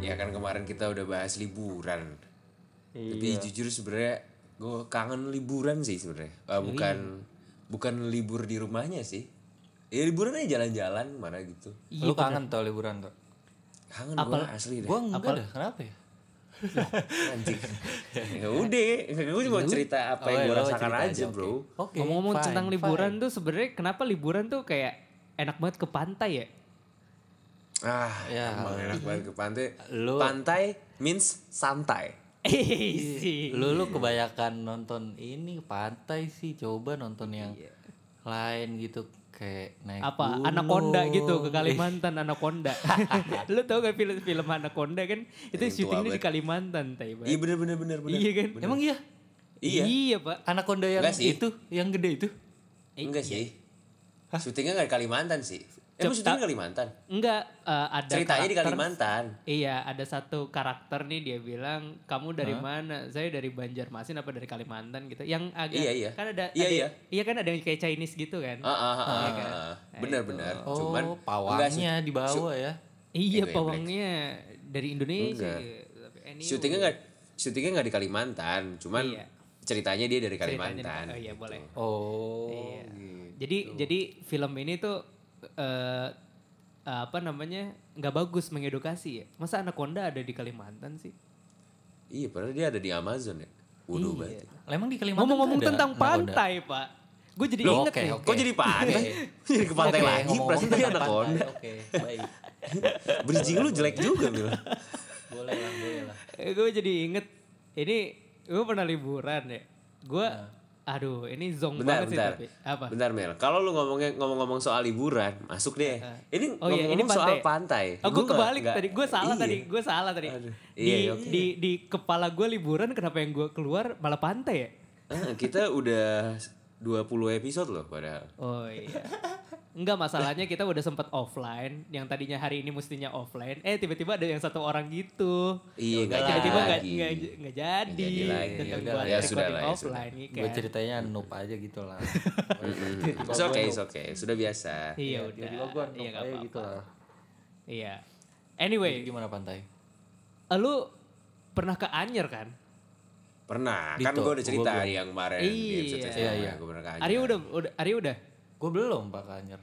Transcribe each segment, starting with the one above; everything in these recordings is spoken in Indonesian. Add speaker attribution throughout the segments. Speaker 1: Ya kan kita udah bahas liburan. Tapi
Speaker 2: Iya.
Speaker 1: jujur sebenarnya gue kangen liburan sih sebenarnya. Eh, bukan bukan libur di rumahnya sih. Ya liburan aja jalan-jalan mana gitu.
Speaker 3: Iya,
Speaker 2: Lu kangen tau liburan tuh?
Speaker 1: Kangen gue asli deh.
Speaker 2: Gua enggak dah, kenapa ya?
Speaker 1: Anjing. ya udah, gue cuma cerita apa yang gue
Speaker 2: Oh, iya, lo
Speaker 1: rasakan
Speaker 2: cerita
Speaker 1: aja,
Speaker 2: aja,
Speaker 1: bro.
Speaker 2: Oke. Oh.
Speaker 3: Ngomong-ngomong
Speaker 2: fine,
Speaker 3: tentang
Speaker 2: fine.
Speaker 3: liburan tuh sebenarnya kenapa liburan tuh kayak enak banget ke pantai ya?
Speaker 1: Ah,
Speaker 2: Ya,
Speaker 1: emang enak banget ke pantai.
Speaker 2: Lu-
Speaker 1: Pantai means santai.
Speaker 3: Iya. Isi.
Speaker 2: Lu lu kebanyakan nonton ini pantai sih, coba nonton yang lain gitu kayak naik
Speaker 3: apa
Speaker 2: gunung.
Speaker 3: anaconda gitu ke Kalimantan anaconda lu tau gak film-film anaconda kan itu
Speaker 1: Yang tua
Speaker 3: syutingnya di
Speaker 1: banget.
Speaker 3: Kalimantan tai
Speaker 1: Iya
Speaker 3: banget.
Speaker 1: bener bener bener bener.
Speaker 3: iya kan
Speaker 2: Emang iya?
Speaker 1: Iya.
Speaker 3: iya pak
Speaker 2: Anaconda yang
Speaker 1: Enggak sih.
Speaker 2: itu, yang gede itu. Iya.
Speaker 1: Enggak sih. Syutingnya nggak di Kalimantan sih. Emang
Speaker 3: Cep-
Speaker 1: syutingnya di Kalimantan.
Speaker 3: enggak eh, ada
Speaker 1: Ceritanya di
Speaker 3: karakter-
Speaker 1: Kalimantan.
Speaker 3: iya ada satu karakter nih dia bilang kamu dari mana saya dari Banjarmasin apa dari Kalimantan gitu yang agak
Speaker 1: Iya, iya.
Speaker 3: kan ada
Speaker 1: Iya,
Speaker 3: ada-
Speaker 1: iya.
Speaker 3: kan ada yang kayak Chinese gitu kan
Speaker 1: Ah, ah, ah, ah,
Speaker 3: kan?
Speaker 1: ah. bener bener.
Speaker 2: Oh,
Speaker 1: Cuman enggak sih.
Speaker 2: pawangnya dibawa ya.
Speaker 3: iya
Speaker 1: Black.
Speaker 3: pawangnya dari Indonesia
Speaker 1: Enggak.
Speaker 3: gitu. Tapi anyway,
Speaker 1: Syutingnya nggak syutingnya nggak di Kalimantan. Cuman
Speaker 3: Iya.
Speaker 1: ceritanya dia dari
Speaker 3: ceritanya-
Speaker 1: Kalimantan.
Speaker 3: oh iya boleh
Speaker 2: Oh.
Speaker 3: Iya. Jadi jadi film ini tuh eh, apa namanya nggak bagus mengedukasi ya. Masa Anaconda ada di Kalimantan sih?
Speaker 1: Iya, padahal dia ada di Amazon ya. Bodoh banget.
Speaker 2: Lah, Emang di Kalimantan
Speaker 3: Ngomong-ngomong
Speaker 2: ada
Speaker 3: tentang
Speaker 2: anaconda?
Speaker 3: pantai pak, gue jadi
Speaker 2: Loh,
Speaker 3: inget
Speaker 2: oke,
Speaker 3: nih.
Speaker 2: oke.
Speaker 1: Kok jadi pantai? jadi ke pantai
Speaker 2: Oke,
Speaker 1: lagi,
Speaker 2: ngomong-ngomong
Speaker 1: perasaan tadi
Speaker 2: tentang
Speaker 1: ada
Speaker 2: pantai,
Speaker 1: kondak.
Speaker 2: Oke, baik.
Speaker 1: Bridging lu jelek juga, Mil.
Speaker 2: Boleh lah, boleh lah.
Speaker 3: Gue jadi inget ini gue pernah liburan ya. Gue aduh ini zong
Speaker 1: Bentar,
Speaker 3: banget
Speaker 1: bentar.
Speaker 3: sih tapi apa?
Speaker 1: Bentar, Mel. Kalau lu ngomongnya ngomong-ngomong soal liburan, masuk deh. Ini
Speaker 3: Oh iya, ini
Speaker 1: ngomong-ngomong soal pantai.
Speaker 3: Oh, gue
Speaker 1: Gua nggak-
Speaker 3: kebalik
Speaker 1: nggak-
Speaker 3: tadi. Gue salah
Speaker 1: iya.
Speaker 3: tadi. Gue salah tadi.
Speaker 1: Aduh.
Speaker 3: Di,
Speaker 1: Iya, oke.
Speaker 3: di di kepala gue liburan kenapa yang gue keluar malah pantai ya?
Speaker 1: Ah, kita udah 20 episode loh padahal.
Speaker 3: Oh iya. Enggak masalahnya kita udah sempet offline, yang tadinya hari ini mestinya offline, eh tiba-tiba ada yang satu orang gitu.
Speaker 1: Iya, nggak
Speaker 3: Tiba-tiba
Speaker 1: jadi
Speaker 3: nggak
Speaker 1: lagi.
Speaker 3: nggak j- nggak jadi.
Speaker 1: Nggak jadi lagi.
Speaker 3: Tetep
Speaker 2: Ya
Speaker 3: buat
Speaker 2: udahlah, ya
Speaker 3: recording
Speaker 1: sudahlah, ya
Speaker 3: offline gitu
Speaker 2: Gue
Speaker 3: kan.
Speaker 2: ceritanya noob aja gitu lah.
Speaker 1: It's okay, it's okay. Sudah biasa.
Speaker 3: Iya udah. Iya
Speaker 2: Tiba-tiba gue noob
Speaker 3: nggak
Speaker 2: aja
Speaker 3: apa-apa.
Speaker 2: gitu lah.
Speaker 3: Iya.
Speaker 2: Jadi
Speaker 3: Anyway,
Speaker 2: gimana pantai?
Speaker 3: lu pernah ke Anyer kan?
Speaker 1: Pernah, kan
Speaker 2: Dito,
Speaker 1: gue udah cerita
Speaker 2: gua belum.
Speaker 1: yang kemarin di
Speaker 3: Iya. Oh.
Speaker 1: episode
Speaker 2: Iya,
Speaker 1: pertama,
Speaker 2: iya.
Speaker 1: gua pernah ke Anyer.
Speaker 3: Arya udah udah Arya udah.
Speaker 2: Gue belum Pak Anyer.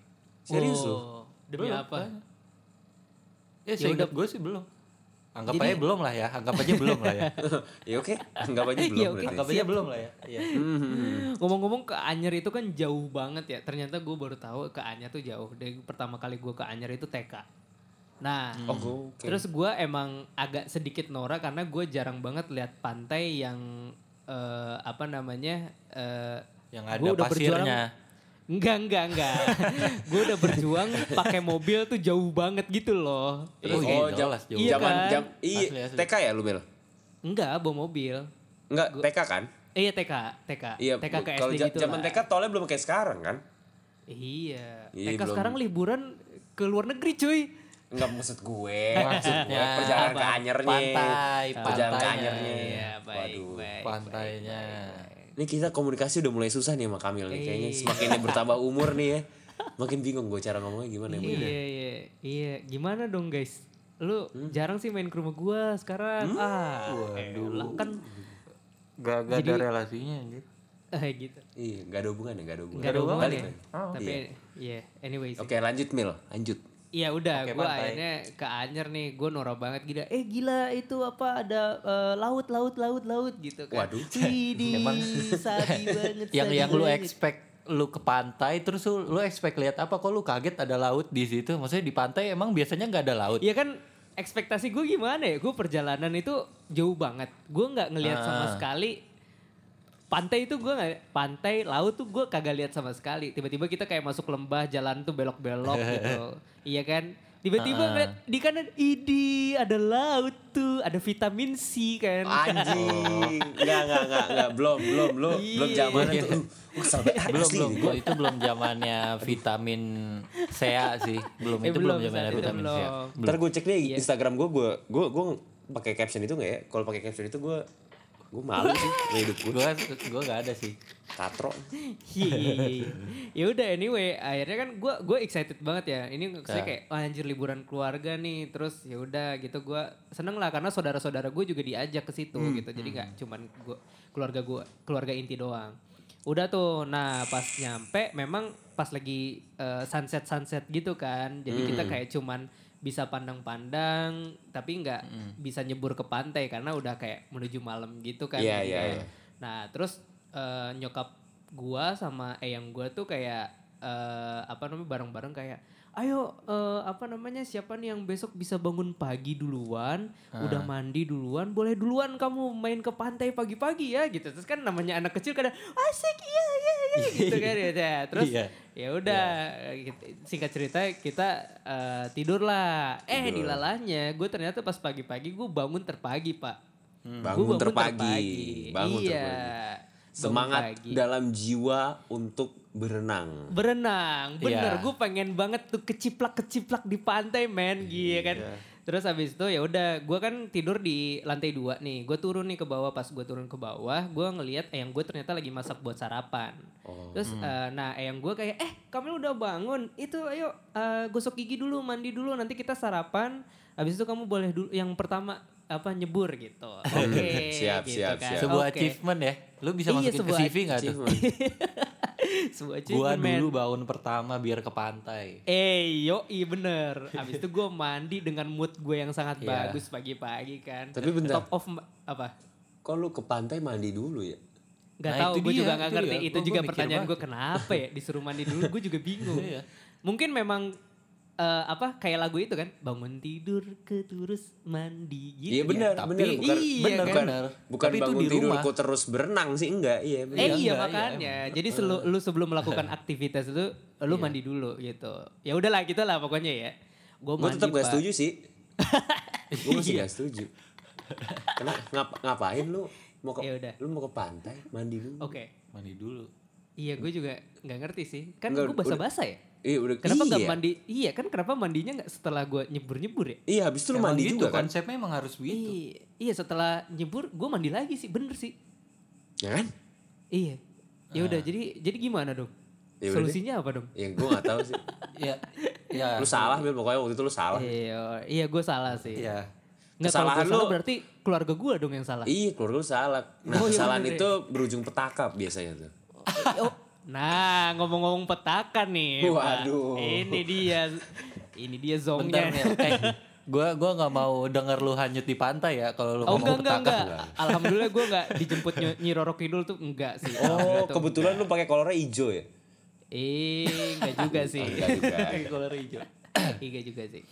Speaker 1: Serius lu?
Speaker 3: Oh, Demi
Speaker 2: Belum,
Speaker 3: apa?
Speaker 2: Pak. Ya seingat gue sih belum. Anggap aja belum lah ya, anggap aja belum lah ya.
Speaker 1: ya oke, anggap aja belum
Speaker 3: Iya, oke.
Speaker 1: berarti.
Speaker 2: Anggap aja belum lah ya. Iya.
Speaker 3: Ngomong-ngomong ke Anyer itu kan jauh banget ya. Ternyata gue baru tahu ke Anyer tuh jauh. Dari pertama kali gue ke Anyer itu TK. Nah,
Speaker 1: Oh, oke.
Speaker 3: terus gue emang agak sedikit norak karena gue jarang banget lihat pantai yang eh, apa namanya eh,
Speaker 2: Yang ada
Speaker 3: gua
Speaker 2: pasirnya.
Speaker 3: Berjuang, enggak enggak enggak. gue udah berjuang pakai mobil tuh jauh banget gitu loh.
Speaker 2: Terus
Speaker 1: oh,
Speaker 2: kayak
Speaker 1: jam,
Speaker 2: jelas, jauh.
Speaker 3: Iya
Speaker 1: zaman
Speaker 3: kan?
Speaker 1: jam iya,
Speaker 2: Asli, asli.
Speaker 1: TK ya lu Mel?
Speaker 3: Enggak bawa mobil.
Speaker 1: Enggak, TK kan?
Speaker 3: Eh, iya TK, TK,
Speaker 1: Iya,
Speaker 3: TK ke
Speaker 1: kalau
Speaker 3: SD
Speaker 1: ja-
Speaker 3: gitu
Speaker 1: zaman
Speaker 3: lah.
Speaker 1: TK tolnya belum kayak sekarang kan?
Speaker 3: Iya.
Speaker 1: Iya,
Speaker 3: TK
Speaker 1: belum.
Speaker 3: sekarang liburan ke luar negeri cuy.
Speaker 1: Enggak maksud gue, maksud gue perjalanan ke
Speaker 2: Apa?
Speaker 1: anyernya.
Speaker 2: Pantai,
Speaker 1: perjalanan ke
Speaker 2: pantainya.
Speaker 1: anyernya.
Speaker 3: Iya, baik,
Speaker 1: Waduh.
Speaker 3: baik.
Speaker 2: Pantainya.
Speaker 1: Ini kita komunikasi udah mulai susah nih sama Kamil nih kayaknya
Speaker 3: Iya.
Speaker 1: semakin dia bertambah umur nih ya. Makin bingung gue cara ngomongnya gimana ya.
Speaker 3: Iya, iya, iya. Gimana dong guys? Lu
Speaker 1: Hmm?
Speaker 3: jarang sih main ke rumah gua sekarang. Ah, elah, kan
Speaker 2: Gak, gak ada relasinya anjir.
Speaker 3: eh gitu.
Speaker 1: Iya, gak ada hubungan ya, gak ada hubungan.
Speaker 3: Gak ada hubungan
Speaker 1: Balik
Speaker 3: ya.
Speaker 1: lagi.
Speaker 2: Ah,
Speaker 3: Tapi iya, anyway sih.
Speaker 1: Oke lanjut Mil, lanjut.
Speaker 3: Iya udah,
Speaker 2: Oke,
Speaker 3: gua
Speaker 2: pantai.
Speaker 3: akhirnya ke Anyer nih, gua norak banget gila. Eh gila itu apa ada eh, laut laut laut laut gitu kan.
Speaker 1: Waduh.
Speaker 3: Widih, sabi banget.
Speaker 2: yang
Speaker 3: sabi
Speaker 2: yang lu
Speaker 3: banget.
Speaker 2: expect lu ke pantai terus lu, lu expect lihat apa kok lu kaget ada laut di situ maksudnya di pantai emang biasanya nggak ada laut
Speaker 3: Iya kan ekspektasi gue gimana ya? Gue perjalanan itu jauh banget. Gue nggak ngelihat sama
Speaker 2: Ah.
Speaker 3: sekali pantai itu gue nggak pantai laut tuh gue kagak lihat sama sekali. Tiba-tiba kita kayak masuk lembah jalan tuh belok-belok gitu. Iya kan? Tiba-tiba
Speaker 2: Ah.
Speaker 3: ngeliat di kanan idi ada laut tuh, ada vitamin C
Speaker 2: Ah,
Speaker 3: kan.
Speaker 1: Anjing,
Speaker 3: Oh.
Speaker 1: enggak enggak enggak enggak belum belum belum belum zaman
Speaker 2: Iya.
Speaker 1: itu. Uh, sampai
Speaker 2: belum
Speaker 1: asli
Speaker 2: belum
Speaker 1: nih,
Speaker 2: gua itu belum zamannya vitamin sea sih belum
Speaker 3: Eh,
Speaker 2: itu belum
Speaker 3: belum,
Speaker 2: zamannya
Speaker 3: saat itu
Speaker 2: vitamin ya.
Speaker 3: belum.
Speaker 2: sea
Speaker 3: Iya.
Speaker 1: Ntar gue cek deh Instagram gue, gue gue gue pakai caption itu nggak ya? Kalau pakai caption itu gue Gue malu sih sama hidup gue.
Speaker 2: Gua gua gak ada sih.
Speaker 1: Katro.
Speaker 3: Hihihi. ya udah anyway akhirnya kan gue gue excited banget ya ini saya
Speaker 2: Ya.
Speaker 3: kayak "Wah, anjir liburan keluarga nih terus ya udah gitu gue seneng lah karena saudara saudara gue juga diajak ke situ
Speaker 1: Hmm,
Speaker 3: gitu jadi nggak cuman gua, keluarga gue keluarga inti doang udah tuh nah pas nyampe memang pas lagi sunset sunset gitu kan jadi kita
Speaker 1: Hmm.
Speaker 3: kayak cuman bisa pandang-pandang tapi nggak
Speaker 1: Hmm.
Speaker 3: bisa nyebur ke pantai karena udah kayak menuju malam gitu kan
Speaker 1: Iya,
Speaker 3: jadi
Speaker 1: iya,
Speaker 3: kayak-
Speaker 1: iya.
Speaker 3: Nah, terus eh, nyokap gua sama eyang gua tuh kayak eh, apa namanya bareng-bareng kayak ayo eh, apa namanya siapa nih yang besok bisa bangun pagi duluan, udah mandi duluan, boleh duluan kamu main ke pantai pagi-pagi ya gitu. Terus kan namanya anak kecil kadang asik iya iya iya gitu kan ya. ya. Terus
Speaker 2: Iya.
Speaker 3: ya udah gitu. singkat cerita kita eh, tidur lah. Eh
Speaker 1: Tidur.
Speaker 3: dilalahnya gue ternyata pas pagi-pagi gue bangun terpagi, Pak.
Speaker 2: Hmm.
Speaker 3: Gua
Speaker 1: Bangun, terpagi. Bangun
Speaker 3: iya.
Speaker 1: terpagi.
Speaker 3: Bangun
Speaker 1: Semangat
Speaker 3: pagi.
Speaker 1: dalam jiwa untuk berenang.
Speaker 3: berenang. Bener,
Speaker 2: Iya.
Speaker 3: gue pengen banget tuh keciplak-keciplak di pantai,
Speaker 1: Iya.
Speaker 3: men, gitu kan. Terus habis itu ya udah, gue kan tidur di lantai dua nih. Gue turun nih ke bawah, pas gue turun ke bawah, gue ngelihat eyang gue ternyata lagi masak buat sarapan.
Speaker 1: Oh.
Speaker 3: Terus
Speaker 1: Hmm.
Speaker 3: eh, nah eyang gue kayak, eh kamu udah bangun, itu ayo eh, gosok gigi dulu, mandi dulu, nanti kita sarapan. Habis itu kamu boleh dulu yang pertama apa nyebur gitu. Oke,
Speaker 1: Siap,
Speaker 3: gitu
Speaker 1: siap,
Speaker 3: kan.
Speaker 1: siap.
Speaker 2: Sebuah
Speaker 3: Oke.
Speaker 2: achievement ya. Lu bisa
Speaker 3: Iya,
Speaker 2: masukin ke
Speaker 3: sebuah
Speaker 2: CV gak tuh?
Speaker 3: Sebuah
Speaker 2: Gua
Speaker 3: achievement, men.
Speaker 2: dulu bangun pertama biar ke pantai.
Speaker 3: Eh, yoi bener. Abis itu gue mandi dengan mood gue yang sangat
Speaker 2: Iya.
Speaker 3: bagus pagi-pagi kan.
Speaker 1: Tapi bentar.
Speaker 3: Top of ma- apa?
Speaker 1: Kok lu ke pantai mandi dulu ya?
Speaker 3: Gak
Speaker 2: Nah,
Speaker 3: tahu,
Speaker 2: itu
Speaker 3: gue
Speaker 2: dia,
Speaker 3: juga gak
Speaker 2: itu
Speaker 3: ngerti.
Speaker 2: dia.
Speaker 3: Itu
Speaker 2: Gua-
Speaker 3: juga
Speaker 2: gua mikir
Speaker 3: pertanyaan
Speaker 2: banget.
Speaker 3: gue kenapa ya disuruh mandi dulu. Gue juga bingung.
Speaker 2: Iya.
Speaker 3: Mungkin memang eh, apa kayak lagu itu kan bangun tidur ke terus mandi gitu.
Speaker 1: Iya
Speaker 3: ya.
Speaker 1: benar,
Speaker 2: Tapi-
Speaker 1: benar bukan
Speaker 3: iya,
Speaker 1: benar,
Speaker 2: kan?
Speaker 1: bukan,
Speaker 2: Benar.
Speaker 1: bukan
Speaker 2: Tapi itu
Speaker 1: bangun
Speaker 2: di
Speaker 1: tidur
Speaker 2: rumah.
Speaker 1: kok terus berenang sih enggak, iya. benar.
Speaker 3: Eh iya
Speaker 2: enggak, iya, Iya.
Speaker 3: makanya. Jadi selu- lu sebelum melakukan aktivitas itu lu mandi dulu gitu. Ya udahlah gitu lah pokoknya ya. Gue
Speaker 1: Gue
Speaker 3: mandi
Speaker 1: tetap gak
Speaker 3: Pak.
Speaker 1: setuju sih. Gue masih
Speaker 3: Iya.
Speaker 1: gak setuju. Karena ngap, ngapain lu mau ke
Speaker 3: Ya udah.
Speaker 1: lu mau ke pantai mandi dulu?
Speaker 3: Oke.
Speaker 2: Mandi dulu.
Speaker 3: Iya gue juga nggak ngerti sih. Kan
Speaker 1: Nggak,
Speaker 3: gue basa-basa ya.
Speaker 1: Iya udah
Speaker 3: Kenapa nggak
Speaker 1: iya.
Speaker 3: mandi? Iya kan kenapa mandinya nggak setelah gue nyebur-nyebur ya?
Speaker 1: Iya, habis itu lu
Speaker 2: Emang
Speaker 1: mandi
Speaker 2: gitu,
Speaker 1: juga kan?
Speaker 2: Konsepnya emang harus gitu.
Speaker 3: Iya, iya setelah nyebur gue mandi lagi sih bener sih.
Speaker 1: Ya kan?
Speaker 3: Iya. Ya udah jadi jadi gimana dong?
Speaker 1: Ah. Ya udah deh.
Speaker 3: Solusinya apa dong?
Speaker 1: Ya gue gak tahu sih.
Speaker 2: Iya. Iya.
Speaker 1: Lu salah, Bil. Pokoknya waktu itu lu salah.
Speaker 3: Ah. Iya, iya gue salah sih.
Speaker 2: Iya.
Speaker 3: Nggak
Speaker 1: Oh.
Speaker 3: kalau
Speaker 1: Kesalahan
Speaker 3: gue salah
Speaker 1: lu-
Speaker 3: berarti keluarga gue dong yang salah.
Speaker 1: Iya, keluarga lu salah. Nah,
Speaker 3: Oh, iya
Speaker 1: kesalahan
Speaker 3: bener,
Speaker 1: itu berujung petaka biasanya tuh.
Speaker 3: Oh, Nah, ngomong-ngomong petaka nih. Pak.
Speaker 1: Waduh.
Speaker 3: Ini dia. Ini dia zongnya.
Speaker 2: Bentar Mel. Eh, gua gua nggak mau denger lu hanyut di pantai ya kalau lu
Speaker 3: Oh
Speaker 2: ngomong
Speaker 3: enggak enggak
Speaker 2: petaka.
Speaker 3: enggak. Alhamdulillah gue enggak dijemput Ny- Nyi Roro Kidul tuh enggak sih.
Speaker 1: Oh,
Speaker 3: Alhamdulillah tuh
Speaker 1: kebetulan lu pakai kolornya hijau ya?
Speaker 3: Eh, enggak juga sih.
Speaker 1: Enggak juga.
Speaker 2: Kolor hijau.
Speaker 3: Enggak juga sih.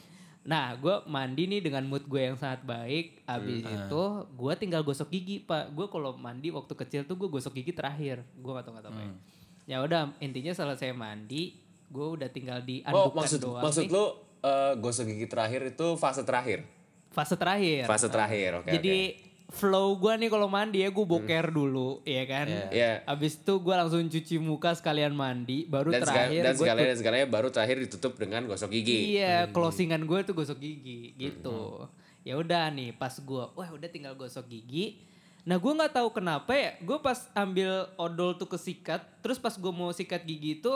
Speaker 3: Nah, gue mandi nih dengan mood gue yang sangat baik.
Speaker 1: Hmm,
Speaker 3: Abis itu
Speaker 1: ah.
Speaker 3: gue tinggal gosok gigi, Pak. Gue kalau mandi waktu kecil tuh gue gosok gigi terakhir. Gue gak tau gak tau apa ya.
Speaker 1: Hmm.
Speaker 3: Ya udah, intinya selesai mandi, gue udah tinggal di
Speaker 1: Oh,
Speaker 3: andukan
Speaker 1: maksud
Speaker 3: doang
Speaker 1: maksud
Speaker 3: nih.
Speaker 1: lu eh, gosok gigi terakhir itu fase terakhir.
Speaker 3: Fase terakhir.
Speaker 1: Fase terakhir, oke.
Speaker 3: Ya. Jadi flow gue nih kalau mandi ya gue boker dulu, ya kan.
Speaker 1: oke. Iya.
Speaker 3: Abis itu gue langsung cuci muka sekalian mandi, baru
Speaker 1: Dan, segala,
Speaker 3: terakhir
Speaker 1: dan
Speaker 3: gue
Speaker 1: segalanya dan segalanya baru terakhir ditutup dengan gosok gigi.
Speaker 3: Iya, closingan gue tuh gosok gigi gitu. Ya udah nih, pas gue, wah udah tinggal gosok gigi. Nah gue nggak tahu kenapa ya, gue pas ambil odol tuh kesikat, terus pas gue mau sikat gigi itu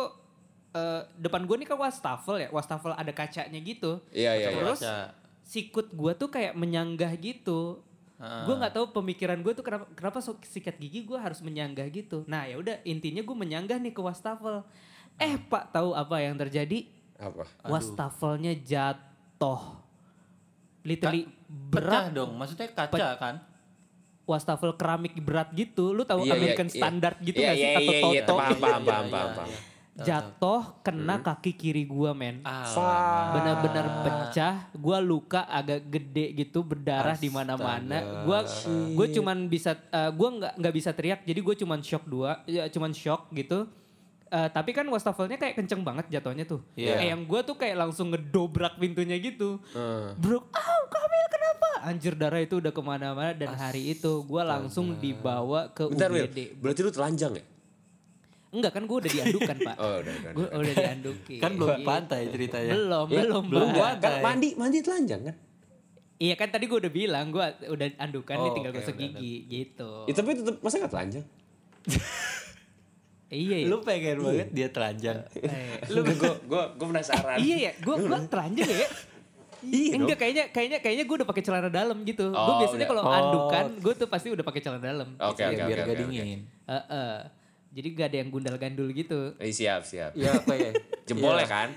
Speaker 3: eh, depan gue nih kan wastafel ya, wastafel ada kacanya gitu.
Speaker 1: Iya, iya, iya.
Speaker 3: Terus
Speaker 2: Kaca.
Speaker 3: sikut gue tuh kayak menyanggah gitu.
Speaker 2: Ah.
Speaker 3: Gue nggak tahu pemikiran gue tuh kenapa kenapa so- sikat gigi gue harus menyanggah gitu. Nah ya udah intinya gue menyanggah nih ke wastafel. Eh pak tahu apa yang terjadi?
Speaker 1: Apa?
Speaker 3: wastafelnya jatuh. Literally
Speaker 2: Pecah
Speaker 3: berat
Speaker 2: dong, maksudnya kaca kan?
Speaker 3: wastafel keramik berat gitu. Lu tahu
Speaker 1: Iya, iya,
Speaker 3: American
Speaker 1: iya.
Speaker 3: standard gitu
Speaker 1: Iya,
Speaker 3: gak sih
Speaker 1: iya,
Speaker 3: atau
Speaker 1: iya, iya,
Speaker 3: toto
Speaker 1: paham,
Speaker 3: gitu.
Speaker 1: paham,
Speaker 2: Iya,
Speaker 1: paham,
Speaker 2: iya,
Speaker 1: paham,
Speaker 2: iya.
Speaker 1: paham.
Speaker 3: Jatuh kena kaki kiri gua, men.
Speaker 1: Fuck.
Speaker 3: Benar-benar
Speaker 1: Ah.
Speaker 3: pecah, gua luka agak gede gitu, berdarah di mana-mana. Gua gua cuman bisa eh, gua nggak nggak bisa teriak, jadi gua cuman shock dua, ya, cuman shock gitu. Eh, tapi kan wastafelnya kayak kenceng banget jatuhnya tuh.
Speaker 2: Iya.
Speaker 3: Eh, yang gua tuh kayak langsung ngedobrak pintunya gitu.
Speaker 1: Eh.
Speaker 3: Bro, ah Kamil kenapa? Anjir darah itu udah kemana-mana dan hari itu gua langsung dibawa ke
Speaker 1: Bentar, Wil.
Speaker 3: UGD.
Speaker 1: Berarti lu telanjang ya?
Speaker 3: Enggak kan gua udah diandukan pak.
Speaker 1: Oh, udah, udah. ya?
Speaker 3: Gue udah diandukin.
Speaker 2: Kan belum pantai ceritanya.
Speaker 3: Belum, belum,
Speaker 1: Belum
Speaker 3: Pak.
Speaker 1: kan? Mandi, mandi telanjang kan?
Speaker 3: Iya kan tadi gue udah bilang gue udah andukan nih
Speaker 2: Oh,
Speaker 3: tinggal
Speaker 2: oke,
Speaker 3: gosok
Speaker 2: udah
Speaker 3: gigi gitu.
Speaker 1: Ya, tapi tetap masa nggak telanjang?
Speaker 3: Iya ya.
Speaker 2: Lu pengen banget dia telanjang.
Speaker 3: Eh,
Speaker 1: Lu gue gue gue penasaran.
Speaker 3: iya ya, gue gue telanjang ya.
Speaker 1: Iya dong.
Speaker 3: Enggak kayaknya kayaknya kayaknya gue udah pakai celana dalam gitu. gue
Speaker 1: Oh, udah.
Speaker 3: biasanya kalau
Speaker 2: Oh.
Speaker 3: andukan gue tuh pasti udah pakai celana dalam.
Speaker 1: Oke
Speaker 2: Iya,
Speaker 1: oke
Speaker 2: biar
Speaker 1: oke. oke,
Speaker 2: gak
Speaker 1: oke.
Speaker 2: dingin.
Speaker 3: Heeh. Jadi gak ada yang gundal gandul gitu.
Speaker 1: Eh, siap siap.
Speaker 2: Iya, apa ya?
Speaker 1: Jempolnya kan?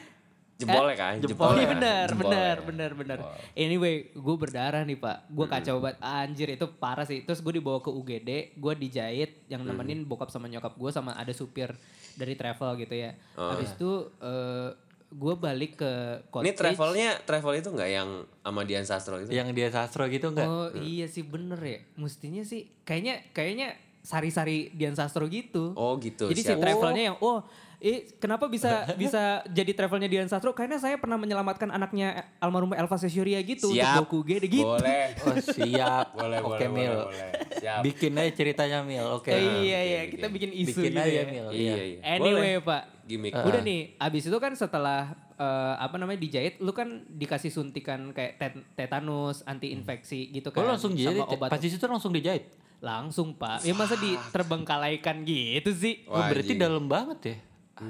Speaker 1: Jempolnya kan?
Speaker 2: jempolnya.
Speaker 3: Iya
Speaker 1: kan?
Speaker 3: benar,
Speaker 1: Jempolnya
Speaker 3: benar,
Speaker 1: kan?
Speaker 3: benar, benar. Anyway, gue berdarah nih pak. Gue
Speaker 1: Hmm.
Speaker 3: kacau banget. Anjir itu parah sih. Terus gue dibawa ke UGD, gue dijahit. Yang
Speaker 1: Hmm.
Speaker 3: nemenin bokap sama nyokap gue sama ada supir dari travel gitu ya. Habis itu eh, gue balik ke
Speaker 1: Oh, iya. Ini ya?
Speaker 3: cottage.
Speaker 1: travelnya travel itu nggak yang sama Dian Sastro
Speaker 3: Iya.
Speaker 1: itu?
Speaker 2: Yang dia sastro gitu enggak?
Speaker 1: Hmm.
Speaker 3: Oh iya sih bener ya. Mestinya sih kayaknya kayaknya sari-sari Dian Sastro gitu.
Speaker 1: Oh gitu.
Speaker 3: Jadi si
Speaker 1: siap.
Speaker 3: travelnya yang oh eh, kenapa bisa bisa jadi travelnya Dian Sastro? Karena saya pernah menyelamatkan anaknya almarhum Elva Cesuria gitu
Speaker 1: siap.
Speaker 3: untuk Boku Gede gitu.
Speaker 1: Boleh.
Speaker 2: Oh, siap.
Speaker 1: Boleh,
Speaker 2: Oke,
Speaker 1: boleh,
Speaker 2: Mil.
Speaker 1: boleh, boleh. Siap.
Speaker 2: Bikin aja ceritanya Mil. Oke.
Speaker 3: Eh, iya iya
Speaker 1: bikin,
Speaker 3: kita bikin isu
Speaker 2: Bikin
Speaker 3: gitu
Speaker 2: aja
Speaker 3: ya.
Speaker 2: Mil.
Speaker 1: Iya, iya.
Speaker 3: Anyway pak,
Speaker 1: Gimik.
Speaker 3: udah
Speaker 2: Ah.
Speaker 3: nih. Abis itu kan setelah eh, apa namanya dijahit, lu kan dikasih suntikan kayak tet- tetanus, anti infeksi gitu
Speaker 2: Oh,
Speaker 3: kan.
Speaker 2: langsung jadi
Speaker 3: sama obat
Speaker 2: pas Ah. di situ langsung dijahit.
Speaker 3: Langsung pak, ya masa diterbengkalaikan gitu sih?
Speaker 2: Oh,
Speaker 1: Wah,
Speaker 2: berarti
Speaker 1: anjing.
Speaker 2: dalam banget ya.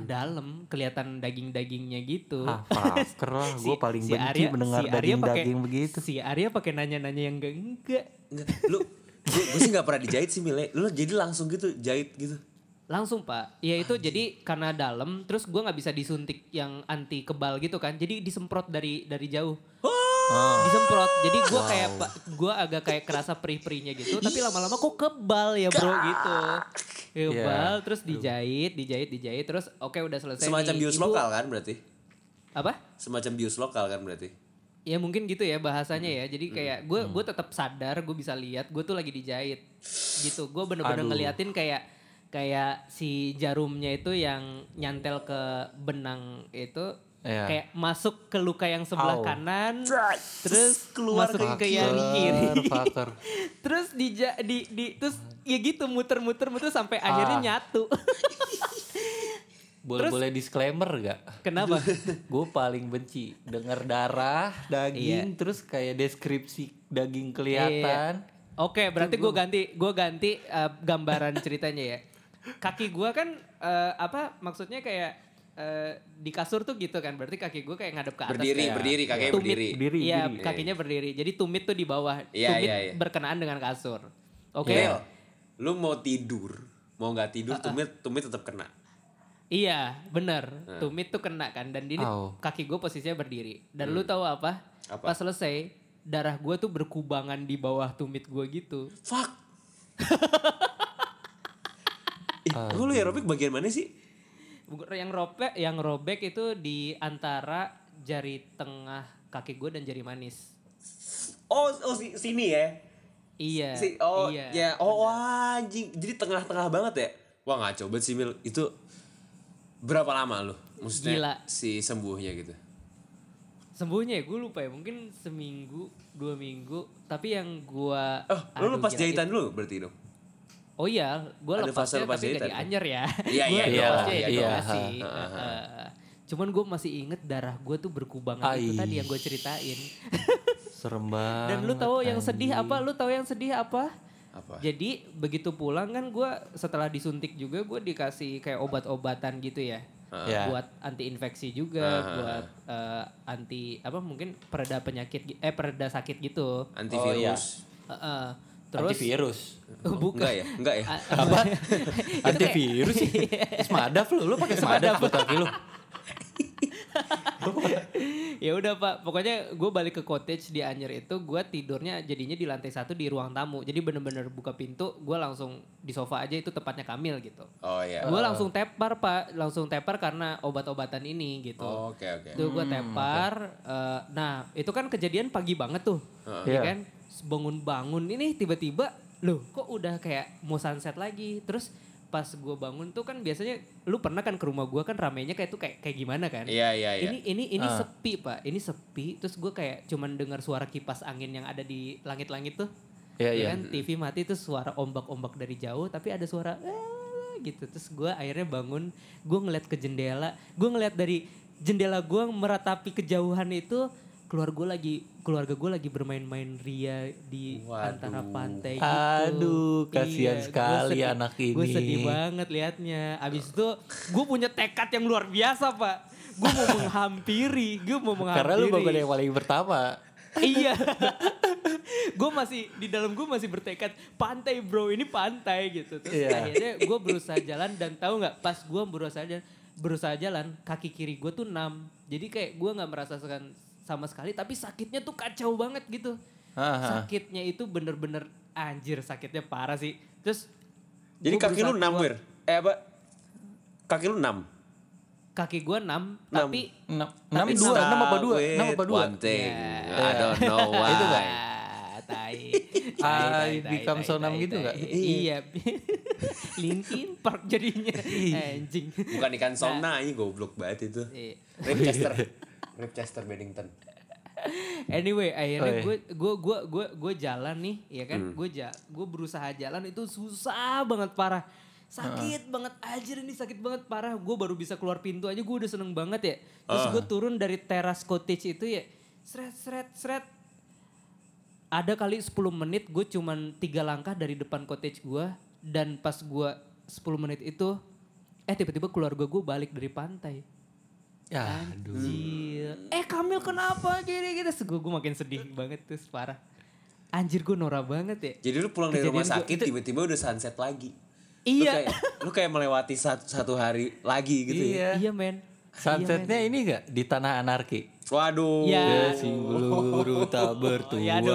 Speaker 3: Dalam kelihatan daging-dagingnya gitu.
Speaker 2: Ah, fucker lah. Gue paling benci mendengar
Speaker 3: Arya
Speaker 2: daging-daging
Speaker 3: pakai-
Speaker 2: begitu.
Speaker 3: Si Arya pakai nanya-nanya yang enggak enggak.
Speaker 1: Nggak, lu gue sih nggak pernah dijahit sih Mile. Lu jadi langsung gitu jahit gitu.
Speaker 3: Langsung pak, ya itu jadi karena dalam, terus gua nggak bisa disuntik yang anti kebal gitu kan, jadi disemprot dari dari jauh.
Speaker 1: Oh.
Speaker 3: disemprot jadi gua kayak pa- gua agak kayak kerasa perih-perihnya gitu tapi lama-lama kok kebal ya bro gitu kebal terus dijahit dijahit dijahit terus oke udah selesai
Speaker 1: Iya. Semacam
Speaker 3: nih.
Speaker 1: bius
Speaker 3: Ibu-
Speaker 1: lokal kan berarti?
Speaker 3: apa
Speaker 1: Semacam bius lokal kan berarti?
Speaker 3: Ya mungkin gitu ya bahasanya ya. Jadi kayak gue
Speaker 2: Mm.
Speaker 3: gue tetap sadar, gue bisa lihat gue tuh lagi dijahit. Gitu. Gue bener-bener ngeliatin kayak kayak si jarumnya itu yang nyantel ke benang itu
Speaker 2: Iya.
Speaker 3: kayak masuk ke luka yang sebelah
Speaker 2: Au.
Speaker 3: kanan,
Speaker 1: Terus
Speaker 3: terus
Speaker 1: keluar
Speaker 3: masuk
Speaker 2: Fucker,
Speaker 3: ke yang kiri.
Speaker 2: fucker.
Speaker 3: terus dija- di di terus ya gitu muter-muter muter sampai akhirnya
Speaker 2: Ah.
Speaker 3: nyatu.
Speaker 2: Boleh boleh disclaimer gak?
Speaker 3: Kenapa?
Speaker 2: Gue paling benci denger darah, daging, terus kayak deskripsi daging kelihatan.
Speaker 3: Oke,
Speaker 2: Kan
Speaker 3: berarti gue ganti, gue ganti uh, gambaran ceritanya ya. Kaki gue kan uh, apa? Maksudnya kayak uh, di kasur tuh gitu kan? Berarti kaki gue kayak ngadep ke atas.
Speaker 1: berdiri,
Speaker 3: kayak
Speaker 1: berdiri kakek
Speaker 3: tumit,
Speaker 1: berdiri.
Speaker 2: Berdiri,
Speaker 3: Iya,
Speaker 2: berdiri.
Speaker 3: kakinya berdiri. Jadi tumit tuh di bawah,
Speaker 1: Iya,
Speaker 3: tumit
Speaker 1: iya, iya.
Speaker 3: berkenaan dengan kasur. Oke. Ah,
Speaker 1: Mil, lu mau tidur, mau nggak tidur tumit tumit tetap kena.
Speaker 3: Iya, bener. Tumit tuh kena kan dan ini
Speaker 2: Au.
Speaker 3: kaki gue posisinya berdiri. Dan lu tahu apa?
Speaker 1: Hmm. Apa?
Speaker 3: Pas selesai, darah gue tuh berkubangan di bawah tumit gue gitu.
Speaker 1: Fuck. Ih, kok lu aerobik bagian mana sih?
Speaker 3: yang robek yang robek itu di antara jari tengah kaki gue dan jari manis
Speaker 1: Oh, oh si- sini ya.
Speaker 3: iya
Speaker 1: Si, oh,
Speaker 3: iya
Speaker 1: ya. Oh, wah, anjing. Jadi tengah-tengah banget ya. Wah, ngaco banget sih, Mil. Itu berapa lama lu? Maksudnya
Speaker 3: Gila.
Speaker 1: si sembuhnya gitu.
Speaker 3: sembuhnya ya gue lupa ya mungkin seminggu dua minggu tapi yang gue
Speaker 1: Oh, lu lepas jahitan
Speaker 2: iya.
Speaker 1: dulu berarti dong.
Speaker 3: oh iya gue
Speaker 1: Ada fase
Speaker 3: lepasnya
Speaker 1: lepas
Speaker 3: tapi gak
Speaker 1: jahitan.
Speaker 3: dianyer ya
Speaker 1: Iya,
Speaker 3: Gua
Speaker 1: iya,
Speaker 2: iya,
Speaker 3: lepasnya
Speaker 2: iya,
Speaker 3: ya
Speaker 2: iya.
Speaker 3: dikasih. Heeh. cuman gue masih inget darah gue tuh berkubangan itu
Speaker 2: Ai.
Speaker 3: tadi yang gue ceritain
Speaker 2: Serem banget.
Speaker 3: dan lu tahu yang sedih apa lu tahu yang sedih apa
Speaker 1: Apa?
Speaker 3: Jadi begitu pulang kan gue setelah disuntik juga gue dikasih kayak obat-obatan gitu ya.
Speaker 2: Ya.
Speaker 3: Buat anti infeksi juga, buat eh, anti apa mungkin pereda penyakit gi- eh pereda sakit gitu.
Speaker 2: Oh, iya.
Speaker 1: Antivirus.
Speaker 3: Heeh. terus
Speaker 2: Antivirus. Oh,
Speaker 3: bukan
Speaker 1: Enggak ya? Enggak ya?
Speaker 3: apa?
Speaker 2: Antivirus sih.
Speaker 3: Iya.
Speaker 2: Semadaf lu, lu pakai semadaf buat kaki lu.
Speaker 3: ya udah pak, pokoknya gue balik ke cottage di Anyer itu gue tidurnya jadinya di lantai satu di ruang tamu. Jadi bener-bener buka pintu gue langsung di sofa aja itu tempatnya Kamil gitu.
Speaker 1: Oh ya.
Speaker 3: Gue langsung tepar pak, langsung tepar karena obat-obatan ini gitu.
Speaker 2: Oh.
Speaker 1: Oke, oke.
Speaker 3: Itu gue tepar. eh, nah itu kan kejadian pagi banget tuh. ya
Speaker 2: Iya.
Speaker 3: kan? Bangun-bangun ini tiba-tiba. Loh kok udah kayak mau sunset lagi. Terus pas gue bangun tuh kan biasanya. Lu pernah kan ke rumah gue kan ramenya kayak tuh kayak, kayak gimana kan.
Speaker 1: Iya, iya, iya.
Speaker 3: Ini ini ini sepi pak. Ini sepi. Terus gue kayak cuman dengar suara kipas angin yang ada di langit-langit tuh. Ya
Speaker 2: Iya, iya.
Speaker 3: kan TV mati tuh suara ombak-ombak dari jauh tapi ada suara "Eh," gitu terus gue akhirnya bangun gue ngeliat ke jendela gue ngeliat dari jendela gue meratapi kejauhan itu keluar gue lagi keluarga gue lagi bermain-main ria di
Speaker 1: Waduh.
Speaker 3: antara pantai gitu.
Speaker 2: Aduh, kasihan
Speaker 3: Iya, gua
Speaker 2: sekali
Speaker 3: sedih-
Speaker 2: anak
Speaker 3: Gue
Speaker 2: ini.
Speaker 3: sedih banget liatnya. Abis itu gue punya tekad yang luar biasa pak. Gue mau menghampiri, gue mau menghampiri.
Speaker 2: Karena lu bukan yang paling pertama.
Speaker 3: iya. gue masih di dalam gue masih bertekad pantai bro ini pantai gitu. Terus
Speaker 2: Iya.
Speaker 3: akhirnya gue berusaha jalan dan tahu nggak pas gue berusaha jalan, berusaha jalan kaki kiri gue tuh enam. Jadi kayak gue nggak merasakan sama sekali tapi sakitnya tuh kacau banget gitu.
Speaker 2: Aha.
Speaker 3: Sakitnya itu bener-bener anjir sakitnya parah sih. Terus
Speaker 1: Jadi
Speaker 3: gua
Speaker 1: kaki lu
Speaker 3: berusaha-
Speaker 1: 6 wir. Eh apa? Kaki lu 6.
Speaker 3: kaki gue enam tapi
Speaker 2: Enam, enam dua, enam apa dua? Enam apa dua? Iya. Nah,
Speaker 1: One thing.
Speaker 3: Yeah.
Speaker 1: I don't know why.
Speaker 2: Itu nggak?
Speaker 3: Ah, tai.
Speaker 2: Ah,
Speaker 3: Tai, tai,
Speaker 2: become
Speaker 3: tai,
Speaker 2: so numb
Speaker 3: tai,
Speaker 2: gitu
Speaker 3: tai.
Speaker 2: nggak?
Speaker 3: Iya. Linkin Park jadinya. Anjing.
Speaker 1: Bukan ikan
Speaker 2: Nah.
Speaker 1: somna ini goblok banget itu.
Speaker 3: Iya.
Speaker 1: Ripchester. Ripchester Beddington.
Speaker 3: Anyway, akhirnya
Speaker 2: Oh, iya. Hmm.
Speaker 3: gue gue gue gue gue jalan nih, ya kan? Gue ja- gue berusaha jalan itu susah banget parah. Sakit banget anjir ini sakit banget parah. Gue baru bisa keluar pintu aja gue udah seneng banget ya. Terus gue turun dari teras cottage itu ya. Sret sret sret. Ada kali 10 menit gue cuman tiga langkah dari depan cottage gue dan pas gue 10 menit itu eh tiba-tiba keluarga gue balik dari pantai.
Speaker 2: Ya, aduh.
Speaker 3: Anjir. Eh Kamil kenapa gini gitu? Gue gue makin sedih banget terus parah. Anjir gue norak banget ya.
Speaker 1: Jadi lu pulang dari
Speaker 3: Kejadian
Speaker 1: rumah
Speaker 3: gua-
Speaker 1: sakit tiba-tiba udah sunset lagi. Lu
Speaker 3: Iya.
Speaker 1: kayak, lu kayak melewati satu, satu hari lagi gitu ya.
Speaker 2: Iya.
Speaker 3: Iya men.
Speaker 2: Sunsetnya ini enggak di tanah anarki.
Speaker 1: Waduh.
Speaker 3: Iya.
Speaker 2: Ya, si peluru tak bertuan.
Speaker 3: ya, aduh.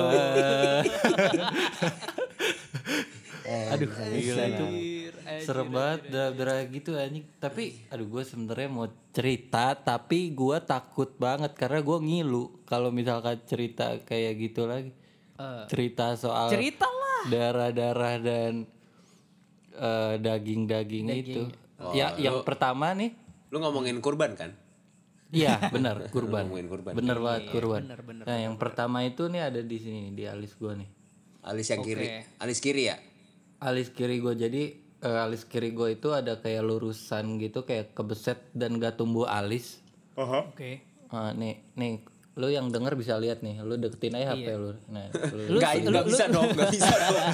Speaker 1: Eh,
Speaker 2: aduh, gila itu.
Speaker 3: Anjir, anjir,
Speaker 2: Serem banget darah gitu anjing. Tapi aduh gue sebenarnya mau cerita tapi gue takut banget karena gue ngilu kalau misalkan cerita kayak gitu lagi. cerita soal
Speaker 3: Eh, Cerita lah.
Speaker 2: darah-darah dan eh, daging-daging itu. ya, yang pertama nih,
Speaker 1: Lu ngomongin kurban kan?
Speaker 2: iya benar kurban.
Speaker 1: Ngomongin kurban.
Speaker 2: Bener banget
Speaker 3: Iya,
Speaker 2: kurban. nah, yang pertama itu nih ada di sini nih, di alis gua nih.
Speaker 1: Alis yang kiri. Alis kiri ya?
Speaker 2: Alis kiri gua jadi eh, alis kiri gua itu ada kayak lurusan gitu kayak kebeset dan gak tumbuh alis.
Speaker 3: Oke.
Speaker 2: Eh, nih, nih lu yang denger bisa lihat nih, lu deketin aja HP lu. Nah, lu
Speaker 1: Enggak, enggak bisa dong, enggak bisa dong.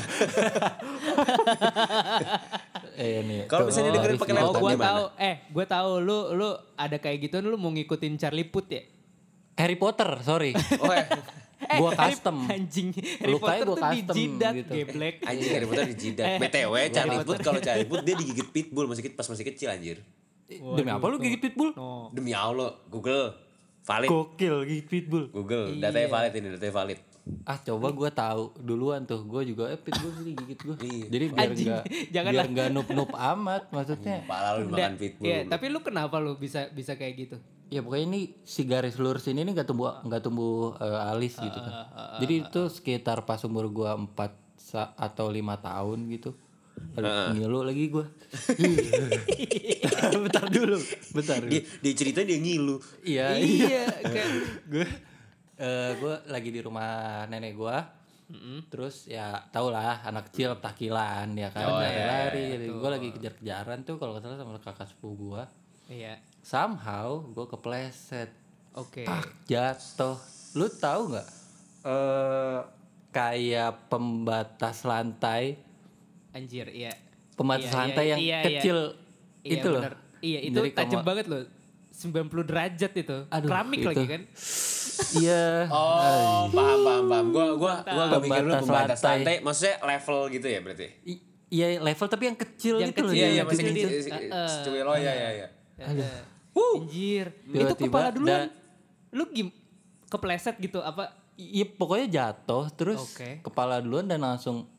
Speaker 2: eh nih.
Speaker 1: Kalau
Speaker 2: tuh,
Speaker 1: misalnya dengerin
Speaker 2: alis gitu.
Speaker 1: pakai
Speaker 2: gua.
Speaker 3: Oh
Speaker 1: laptop
Speaker 3: gue
Speaker 1: gimana?
Speaker 3: tahu. Eh gue tahu lu lu ada kayak gituan lu mau ngikutin Charlie Put ya?
Speaker 2: Harry Potter, sorry.
Speaker 1: Oh, eh.
Speaker 3: Eh,
Speaker 2: Gua
Speaker 3: Harry-
Speaker 2: custom.
Speaker 3: Anjing. Harry
Speaker 2: Lukanya
Speaker 3: Potter
Speaker 2: gua
Speaker 3: tuh
Speaker 2: custom
Speaker 3: dijidat
Speaker 2: gitu.
Speaker 3: geblek.
Speaker 1: Anjing Harry Potter
Speaker 2: Eh.
Speaker 1: dijidat. BTW Charlie Put kalau Charlie Put dia digigit pitbull masih ke- pas masih kecil anjir.
Speaker 2: Eh, Demi apa lu gigit pitbull?
Speaker 3: No.
Speaker 1: Demi Allah, Google. Valid.
Speaker 2: Gokil gigit pitbull.
Speaker 1: Google,
Speaker 2: Iya.
Speaker 1: datanya valid ini, datanya valid.
Speaker 2: Ah coba gue tahu duluan tuh gue juga eh pitbull sini gigit gue. Jadi biar
Speaker 3: Anjing,
Speaker 2: nggak
Speaker 3: janganlah.
Speaker 2: biar nggak nup nup amat maksudnya.
Speaker 1: Pala lu makan pitbull.
Speaker 3: Iya, tapi lu kenapa lu bisa bisa kayak gitu?
Speaker 2: Ya pokoknya ini si garis lurus ini nih nggak tumbuh nggak tumbuh eh, alis gitu kan. Jadi itu sekitar pas umur gue empat sa- atau lima tahun gitu. Aduh, ngilu lagi gue. bentar dulu, bentar. dulu.
Speaker 1: Dia, dia cerita dia ngilu.
Speaker 2: Iya,
Speaker 3: iya, kayak
Speaker 2: gue gue eh, lagi di rumah nenek gue terus ya tau lah anak kecil petakilan ya kan lari-lari gue lagi kejar-kejaran tuh kalau nggak salah sama kakak sepupu gue
Speaker 3: Iya.
Speaker 2: somehow gue kepleset
Speaker 3: Oke.
Speaker 2: tak Ah, jatuh lu tahu nggak eh kayak pembatas lantai
Speaker 3: Anjir, iya.
Speaker 2: pembatas
Speaker 3: Iya, iya,
Speaker 2: lantai yang
Speaker 3: iya, iya.
Speaker 2: kecil
Speaker 3: Iya,
Speaker 2: itu loh
Speaker 3: bener. Iya, itu
Speaker 2: Dari
Speaker 3: tajam
Speaker 2: koma-
Speaker 3: banget loh. 90 derajat itu.
Speaker 2: Aduh,
Speaker 3: Keramik
Speaker 2: itu.
Speaker 3: lagi kan?
Speaker 2: iya
Speaker 1: Oh, paham, paham, paham. Gua gua gua gak mikir lu
Speaker 2: Pembatas
Speaker 1: pembatas
Speaker 2: lantai.
Speaker 1: lantai. Maksudnya level gitu ya berarti.
Speaker 2: I- iya level tapi yang kecil
Speaker 3: Yang
Speaker 2: gitu loh
Speaker 3: kecil,
Speaker 1: Iya,
Speaker 2: yang
Speaker 1: iya, masih
Speaker 2: kecil-kecil.
Speaker 1: kecil. Secuil oh iya, iya, iya.
Speaker 3: Aduh. Ya, Anjir. itu
Speaker 2: Tiba-tiba
Speaker 3: kepala duluan.
Speaker 2: da-
Speaker 3: Lu gim kepleset gitu apa?
Speaker 2: Iya pokoknya jatuh terus
Speaker 3: Oke.
Speaker 2: kepala duluan dan langsung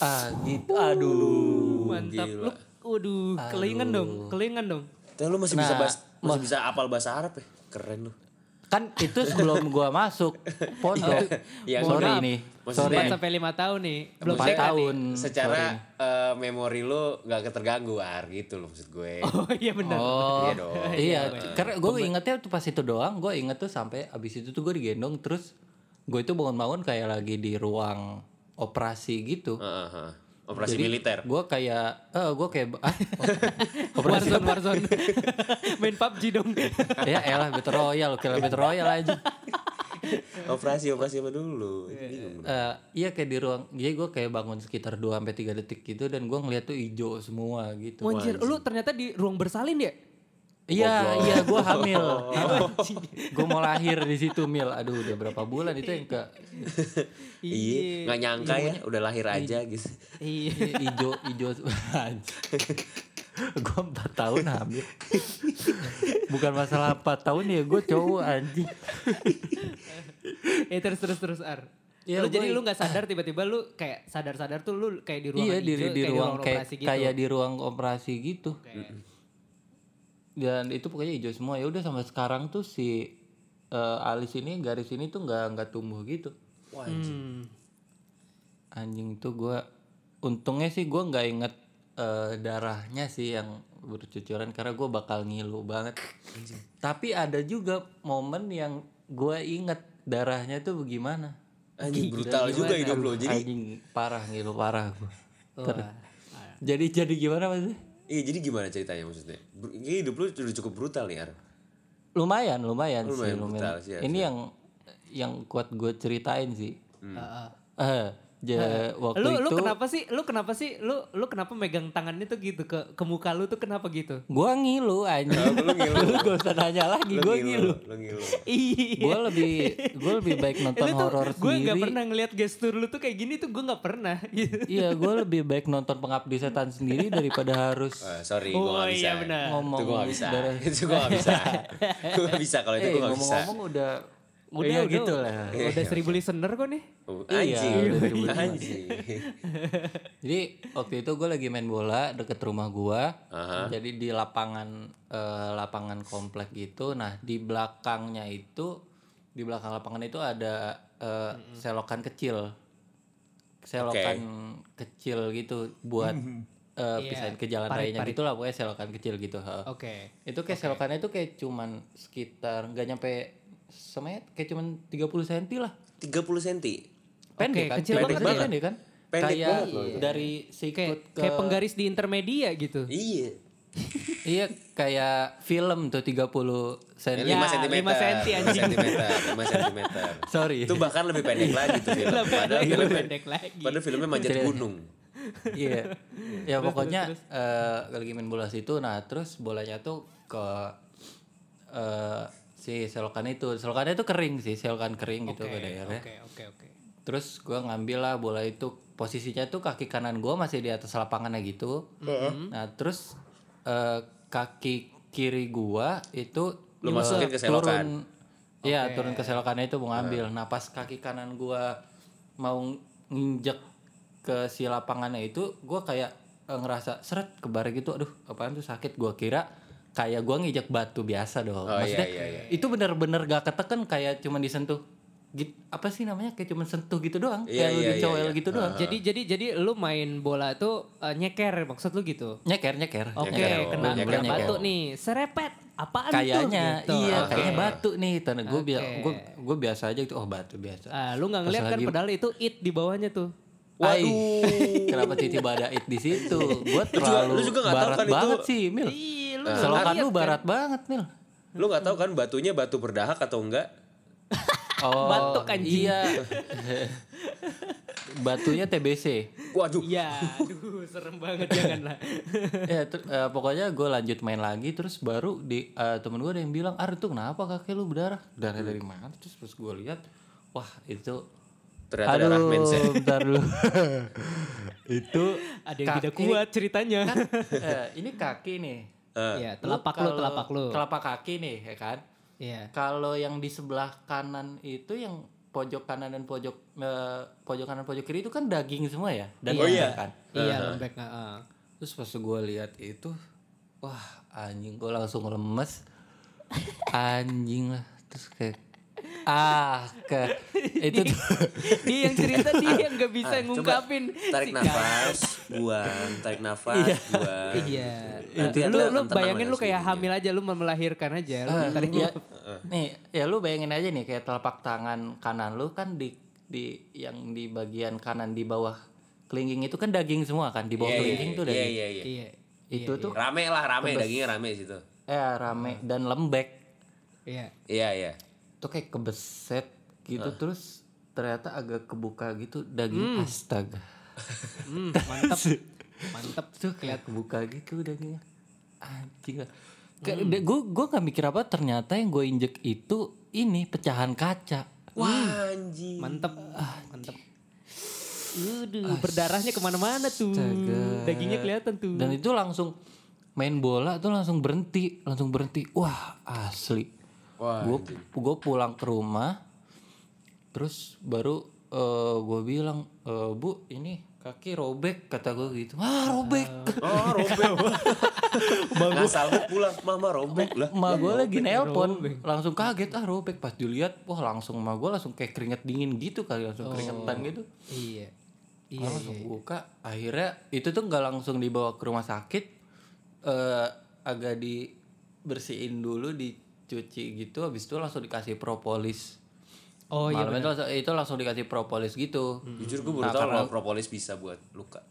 Speaker 2: ah gitu aduh
Speaker 3: Mantap. Lu waduh, kelingan dong, kelingan dong.
Speaker 1: Tapi lu masih bisa
Speaker 2: Nah,
Speaker 1: bahas, masih bisa apal bahasa Arab ya? Keren lu.
Speaker 2: kan itu sebelum gua masuk pondok
Speaker 1: Iya, mohon
Speaker 2: sorry
Speaker 1: maaf.
Speaker 2: nih
Speaker 1: Maksudnya-
Speaker 2: sorry
Speaker 3: 4 sampai 5 tahun nih. Belum
Speaker 2: Empat
Speaker 1: Maksudnya kan
Speaker 3: sehat nih.
Speaker 2: tahun.
Speaker 1: Secara eh, memori lu gak keterganggu ar gitu loh maksud gue.
Speaker 3: Oh iya benar.
Speaker 2: oh
Speaker 1: Iya dong.
Speaker 2: iya karena gue ingetnya tuh pas itu doang gue inget tuh sampai abis itu tuh gue digendong terus gue itu bangun-bangun kayak lagi di ruang operasi gitu
Speaker 1: Heeh, heeh. Operasi militer.
Speaker 2: gue kayak eh gue kayak ah, operasi
Speaker 3: Warzone, Warzone. Main PUBG dong.
Speaker 2: ya elah battle royale kira battle royale aja
Speaker 1: operasi operasi apa dulu Itu bingung
Speaker 2: Eh, iya kayak di ruang jadi gue kayak bangun sekitar 2 sampai 3 detik gitu dan gue ngeliat tuh ijo semua gitu
Speaker 3: Wanjir, lu ternyata di ruang bersalin ya?
Speaker 2: iya iya gue hamil gue mau lahir di situ mil aduh udah berapa bulan itu yang ke
Speaker 1: iya nggak nyangka ya udah lahir aja gitu
Speaker 3: Iya.
Speaker 2: ijo ijo gue 4 tahun hamil bukan masalah 4 tahun ya gue cowok anjing
Speaker 3: Eh terus terus terus Ar. lu
Speaker 2: Iya, gua-
Speaker 3: jadi lu nggak sadar tiba-tiba lu kayak sadar-sadar tuh lu kayak di ruangan
Speaker 2: iya di,
Speaker 3: hijau,
Speaker 2: di
Speaker 3: kayak
Speaker 2: ruang kayak
Speaker 3: operasi gitu.
Speaker 2: kayak di ruang operasi gitu
Speaker 3: Kayak-
Speaker 2: dan itu pokoknya hijau semua ya udah sampai sekarang tuh si eh, alis ini garis ini tuh nggak nggak tumbuh gitu
Speaker 1: Wah,
Speaker 3: Hmm.
Speaker 2: anjing tuh gua untungnya sih gua nggak inget eh, darahnya sih yang bercucuran karena gua bakal ngilu banget tapi ada juga momen yang gua inget darahnya tuh bagaimana
Speaker 1: anjing brutal juga hidup lo jadi
Speaker 2: anjing parah ngilu parah gua
Speaker 3: Wah.
Speaker 2: jadi jadi gimana maksudnya
Speaker 1: iya jadi gimana ceritanya maksudnya Bru- ini hidup lu udah cukup brutal ya Ar.
Speaker 2: lumayan lumayan, sih
Speaker 1: Lumayan
Speaker 2: lumayan
Speaker 1: brutal sih, ya,
Speaker 2: ini yang yang kuat gue ceritain sih
Speaker 1: Hmm.
Speaker 3: Heeh.
Speaker 2: eh ja- waktu
Speaker 3: Lu lu
Speaker 2: itu
Speaker 3: kenapa sih? Lu kenapa sih? Lu lu kenapa megang tangannya tuh gitu ke ke muka lu tuh kenapa gitu?
Speaker 2: gue ngilu aja
Speaker 1: Oh, lu ngilu.
Speaker 2: lu gak usah nanya lagi
Speaker 1: Lu
Speaker 2: gue ngilu
Speaker 1: lu ngilu
Speaker 3: Iya.
Speaker 2: gue lebih gue lebih baik nonton horor
Speaker 3: Gue nggak
Speaker 2: sendiri
Speaker 3: pernah ngelihat gestur lu tuh kayak gini tuh gue nggak pernah. Gitu.
Speaker 2: iya gue lebih baik nonton pengabdi setan sendiri daripada harus
Speaker 1: Eh, sorry gue
Speaker 3: Oh
Speaker 1: gak bisa
Speaker 3: iya benar.
Speaker 1: itu gue
Speaker 2: ngomong
Speaker 1: gak bisa
Speaker 2: darah-
Speaker 1: itu gue gak bisa gue gak bisa kalau itu
Speaker 2: eh
Speaker 1: gue gak bisa
Speaker 2: ngomong-ngomong udah
Speaker 3: Udah,
Speaker 2: Iya,
Speaker 3: udah.
Speaker 2: gitu lah
Speaker 3: Udah seribu listener kok nih.
Speaker 1: Oh,
Speaker 2: Iya,
Speaker 1: anjing
Speaker 2: udah terima kasih.
Speaker 1: anjing
Speaker 2: Jadi waktu itu gue lagi main bola deket rumah gue, jadi di lapangan eh, lapangan komplek gitu. Nah di belakangnya itu, di belakang lapangan itu ada eh, selokan kecil, selokan kecil gitu buat eh,
Speaker 3: Iya,
Speaker 2: pisahin ke jalan rayanya gitu lah pokoknya selokan kecil gitu. heeh.
Speaker 3: Oke.
Speaker 2: Itu kayak selokannya itu kayak cuman sekitar nggak nyampe semet, kayak cuman 30 cm lah.
Speaker 1: tiga puluh senti
Speaker 3: Oke,
Speaker 2: Pendek kan,
Speaker 3: kecil
Speaker 2: cuman
Speaker 1: banget
Speaker 2: kecil
Speaker 1: ya.
Speaker 2: pendek kan.
Speaker 1: Pendek
Speaker 2: kayak
Speaker 1: banget loh iya. itu.
Speaker 2: dari
Speaker 3: Kayak
Speaker 2: sikut ke
Speaker 3: kayak penggaris di intermedia gitu.
Speaker 1: iya
Speaker 2: Iya kayak film tuh 30 sen.
Speaker 1: lima
Speaker 3: Ya,
Speaker 1: sentimeter
Speaker 3: lima senti,
Speaker 1: lima
Speaker 3: anjing.
Speaker 1: sentimeter lima sentimeter
Speaker 2: Sorry.
Speaker 1: itu bahkan lebih pendek lagi tuh film padahal
Speaker 3: Lebih
Speaker 1: filmnya
Speaker 3: Iya, pendek lagi.
Speaker 1: padahal filmnya manjat gunung
Speaker 2: Iya. ya pokoknya eh, lagi main bola situ nah terus bolanya tuh ke eh, si selokan itu. Selokannya itu kering sih, selokan kering gitu pada akhirnya.
Speaker 3: Oke oke oke.
Speaker 2: Terus gua ngambil lah bola itu posisinya tuh kaki kanan gua masih di atas lapangannya gitu. Nah, terus eh, kaki kiri gua itu
Speaker 1: Lu
Speaker 2: gua
Speaker 1: masukin ke selokan.
Speaker 2: turun- Iya, turun ke selokannya itu mau ngambil. Nah, pas kaki kanan gua mau nginjek ke si lapangannya itu gua kayak eh, ngerasa seret kebar gitu. Aduh, apaan tuh sakit gua kira kayak gua nginjek batu biasa dong.
Speaker 1: Oh, iya,
Speaker 2: Maksudnya
Speaker 1: iya, iya.
Speaker 2: itu bener-bener gak ketekan kayak cuman disentuh gitu apa sih namanya kayak cuman sentuh gitu doang
Speaker 1: Iya,
Speaker 2: kayak lu
Speaker 1: iya,
Speaker 2: dicowel
Speaker 1: iya, iya.
Speaker 2: gitu doang
Speaker 3: Jadi jadi jadi lu main bola tuh eh, nyeker maksud lu gitu.
Speaker 2: nyeker nyeker
Speaker 3: Oke,
Speaker 1: Nyeker, oh,
Speaker 3: kena
Speaker 1: nyeker,
Speaker 3: kena
Speaker 1: nyeker.
Speaker 3: batu nih. Serepet. Apaan
Speaker 2: kayaknya
Speaker 3: tuh? Gitu.
Speaker 2: iya
Speaker 3: Oke.
Speaker 2: kayaknya batu nih tanah gue
Speaker 3: Oke.
Speaker 2: biasa aja gitu oh batu biasa
Speaker 3: Ah, lu nggak
Speaker 2: Pas
Speaker 3: ngeliat kan
Speaker 2: lagi-
Speaker 3: padahal itu it di bawahnya tuh.
Speaker 2: Waduh, kenapa tiba-tiba ada it di situ? Gue
Speaker 1: juga-
Speaker 2: terlalu
Speaker 1: lu juga nggak tahu
Speaker 2: barat
Speaker 1: kan itu- Nah.
Speaker 2: banget sih, Mil.
Speaker 3: Ih, Iya, lu nggak
Speaker 2: Selokan
Speaker 3: liat
Speaker 2: lu
Speaker 3: kan?
Speaker 2: barat banget, Mil.
Speaker 1: lu nggak tahu kan batunya batu berdahak atau enggak
Speaker 2: Oh,
Speaker 3: Batuk, anjing.
Speaker 2: Iya. Batunya TBC.
Speaker 1: waduh
Speaker 3: Iya, aduh serem banget janganlah.
Speaker 2: ya ter- eh, pokoknya gue lanjut main lagi terus baru di eh, temen gue ada yang bilang ar itu kenapa kaki lu berdarah darah dari mana terus terus gue lihat wah itu
Speaker 1: ternyata ada ya. Rahman Sen.
Speaker 2: bentar lu itu
Speaker 3: Ada yang tidak
Speaker 2: kaki-
Speaker 3: kuat ceritanya.
Speaker 2: eh, ini kaki nih
Speaker 3: Iya, telapak lu,
Speaker 2: kalau-
Speaker 3: telapak lu.
Speaker 2: telapak kaki nih ya kan
Speaker 3: Iya.
Speaker 2: kalau yang di sebelah kanan itu yang pojok kanan dan pojok eh, pojok kanan pojok kiri itu kan daging semua ya dan
Speaker 1: Oh iya.
Speaker 2: kan
Speaker 3: Iya, lembek heeh.
Speaker 2: Terus pas gue lihat itu, wah anjing gue langsung lemes, anjing lah. Terus kayak ah ke itu tuh,
Speaker 3: Dia yang cerita dia yang nggak bisa ngungkapin.
Speaker 1: tarik
Speaker 3: Si
Speaker 1: nafas buang tarik nafas buang
Speaker 3: Iya.
Speaker 1: Nanti
Speaker 3: lu
Speaker 1: akan
Speaker 3: lu
Speaker 1: tenang
Speaker 3: bayangin
Speaker 1: lah
Speaker 3: lu kayak
Speaker 1: sendirinya.
Speaker 3: hamil aja lu melahirkan aja. Lu
Speaker 1: Kan
Speaker 2: ah,
Speaker 3: tarik
Speaker 2: ya, nih ya lu bayangin aja nih kayak telapak tangan kanan lu kan di di yang di bagian kanan di bawah kelingking itu kan daging semua kan di bawah
Speaker 1: Iya,
Speaker 2: kelingking
Speaker 1: iya,
Speaker 2: tuh
Speaker 1: iya
Speaker 2: daging
Speaker 1: iya iya iya.
Speaker 3: Iya.
Speaker 2: itu tuh
Speaker 1: rame lah rame dagingnya rame di situ
Speaker 2: eh rame dan lembek
Speaker 3: Iya.
Speaker 1: iya iya
Speaker 2: tuh kayak kebeset gitu
Speaker 1: Ah.
Speaker 2: terus ternyata agak kebuka gitu daging astaga
Speaker 3: Hmm, mantep. mantep.
Speaker 2: tuh kayak kebuka gitu dagingnya anjing lah
Speaker 1: Hmm.
Speaker 2: gue gue gak mikir apa ternyata yang gue injek itu ini pecahan kaca
Speaker 1: Wah anjing.
Speaker 3: Mantep. Mantep. Udah, berdarahnya kemana-mana tuh. Dagingnya kelihatan tuh.
Speaker 2: dan itu langsung main bola tuh langsung berhenti langsung berhenti wah asli
Speaker 1: Wah,
Speaker 2: gue gue pulang ke rumah terus baru gue bilang "Eh, bu ini kaki robek kata gue gitu wah robek
Speaker 1: Oh robek. Ngasal gua pulang mama Iya, robek lah.
Speaker 2: emak gue lagi nelpon langsung kaget ah robek pas dilihat wah langsung emak gue langsung kayak keringet dingin gitu kali
Speaker 1: Oh.
Speaker 2: langsung keringetan gitu
Speaker 3: Iya.
Speaker 2: Iya, langsung buka akhirnya itu tuh nggak langsung dibawa ke rumah sakit eh agak dibersihin dulu dicuci gitu habis itu langsung dikasih propolis
Speaker 3: Oh iya. Hmm.
Speaker 2: Malamnya itu langsung, itu langsung dikasih propolis gitu
Speaker 1: Jujur gue baru tahu kalau propolis bisa buat luka.